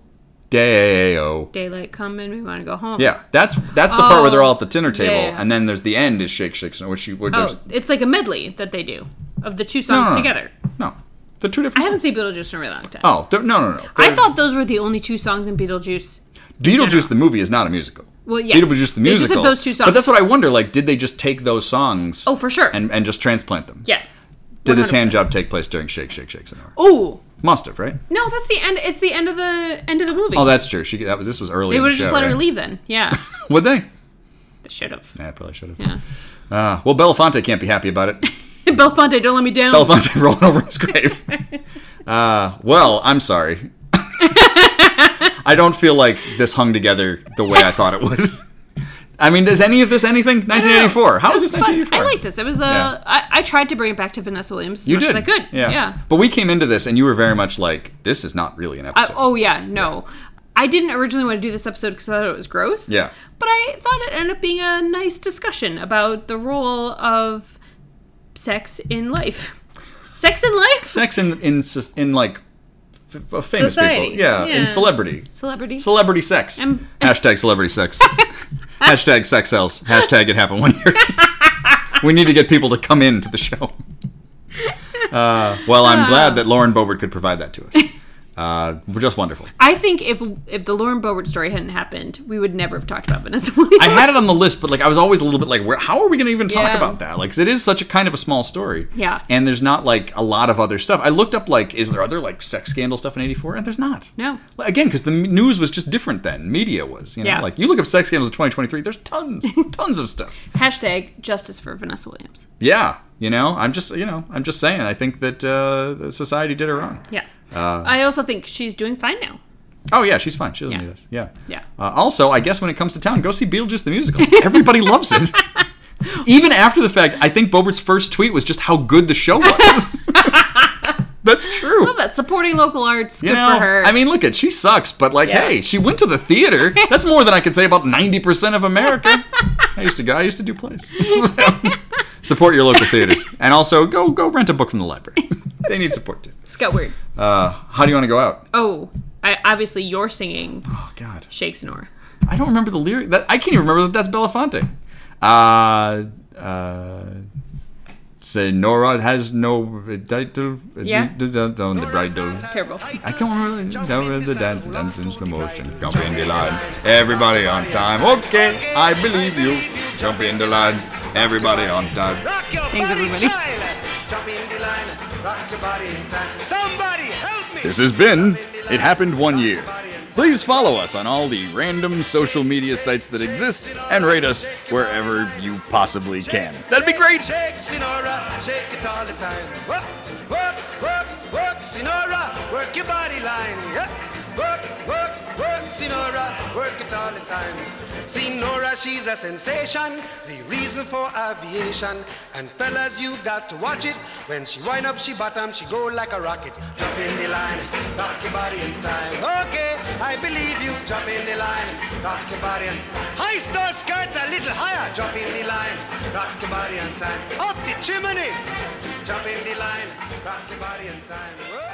D: Deo.
E: Daylight coming, we want to go home.
D: Yeah, that's that's the part where they're all at the dinner
E: yeah,
D: table,
E: Oh, yeah.
D: and then there's the end is Shake Shake Sonora, which you where there's
E: Oh, it's like a medley that they do of the two
D: no,
E: songs
D: no.
E: together.
D: no, they're two different.
E: I haven't seen Beetlejuice in a really long time.
D: Oh they're- no no no!
E: I
D: They're-
E: thought those were the only two songs in Beetlejuice.
D: Beetlejuice the movie is not a musical.
E: Well, yeah.
D: Beetlejuice the
E: They just have
D: musical.
E: those two
D: But
E: songs.
D: that's what I wonder. Like, did they just take those songs?
E: Oh, for sure.
D: And and just transplant them?
E: Yes.
D: Did this hand
E: 100%.
D: job take place during Shake Shake Shake Sonora?
E: Oh
D: Must have, right?
E: no, that's the end. It's the end of the end of the movie.
D: Oh, that's true. She that was this was early.
E: they
D: in
E: would
D: the
E: have just
D: show,
E: let her
D: right?
E: leave then. Yeah,
D: Would they?
E: they should have.
D: Yeah, probably should have.
E: Yeah.
D: Uh, well, Belafonte can't be happy about it.
E: Belfonte, don't let me down.
D: Belafonte rolling over his grave. Uh, well, I'm sorry. I don't feel like this hung together the way I thought it would. I mean, is any of this anything? 1984. How is
E: It's
D: this
E: fun.
D: 1984?
E: I like this. It was a.
D: Yeah.
E: I, I tried to bring it back to Vanessa Williams. As
D: You
E: much
D: did.
E: As I could.
D: Yeah.
E: Yeah.
D: But we came into this, and you were very much like, "This is not really an
E: I,
D: episode."
E: oh yeah, no. I didn't originally want to do this episode because I thought it was gross.
D: Yeah.
E: But I thought it ended up being a nice discussion about the role of sex in life. Sex in life?
D: Sex in in sus- in like f- f- famous
E: Society.
D: people, yeah,
E: Yeah.
D: in celebrity,
E: Celebrity.
D: Celebrity sex.
E: Um,
D: Hashtag celebrity sex. Hashtag sex sells. Hashtag it happened one year. we need to get people to come into the show. Uh, well, I'm glad that Lauren Boebert could provide that to us. Uh, just wonderful.
E: I think if if the Lauren Boebert story hadn't happened, we would never have talked about Vanessa Williams.
D: I had it on the list, but like I was always a little bit like, where? How are we going to even talk
F: Yeah.
D: about that? Like, 'cause it is such a kind of a small story.
E: Yeah.
D: And there's not like a lot of other stuff. I looked up like, is there other like sex scandal stuff in '84? And there's not.
E: No.
D: Like, again, because the m- news was just different then. Media was. You know,
E: Yeah.
D: Like you look up sex scandals in 2023. There's tons, tons of stuff.
E: Hashtag justice for Vanessa Williams.
D: Yeah. You know, I'm just you know, I'm just saying. I think that uh, the society did her wrong.
E: Yeah.
D: Uh,
E: I also think she's doing fine now.
D: Oh yeah, she's fine. She doesn't
E: Yeah.
D: need us. Yeah.
E: Yeah.
D: Uh, also, I guess when it comes to town, go see Beetlejuice the musical. Everybody loves it. Even after the fact, I think Bobert's first tweet was just how good the show was. That's true.
E: Well, that's supporting local arts.
D: you
E: Good
D: know,
E: for her.
D: I mean, look at she sucks, but like,
E: Yeah.
D: hey, she went to the theater. That's more than I could say about ninety percent of America. I used to go. I used to do plays. So, support your local theaters, and also go go rent a book from the library. they need support too.
E: it's got weird.
D: Uh, how do you want to go out?
E: Oh, I, obviously you're singing
D: Oh God.
E: Shakespeare.
D: I don't remember the lyric. That, I can't even remember that that's Belafonte. Uh, uh, Senora has no.
E: Yeah.
D: I
E: Terrible.
D: can't remember. Down with the dance, dance in slow motion. Jump in the line. Everybody on time. Okay, I believe you. Jump in the line. Everybody on time.
E: Thanks, everybody.
D: This has been It Happened One Year. Please follow us on all the random social media sites that exist and rate us wherever you possibly can. That'd be great!
J: Shake Sinora, shake it all the time. Work, work, work, work, Sinora, work your body line. Yeah. Work, work, work, Sinora, work it all the time. Sinora, she's a sensation, the reason for aviation. And fellas, you got to watch it. When she wind up, she bottom, she go like a rocket. Jump in the line, rock your body in time. Okay, I believe you. Jump in the line, rock your body in Heist those skirts a little higher. Jump in the line, rock your body in time. Up the chimney. Jump in the line, rock your body in time. Whoa.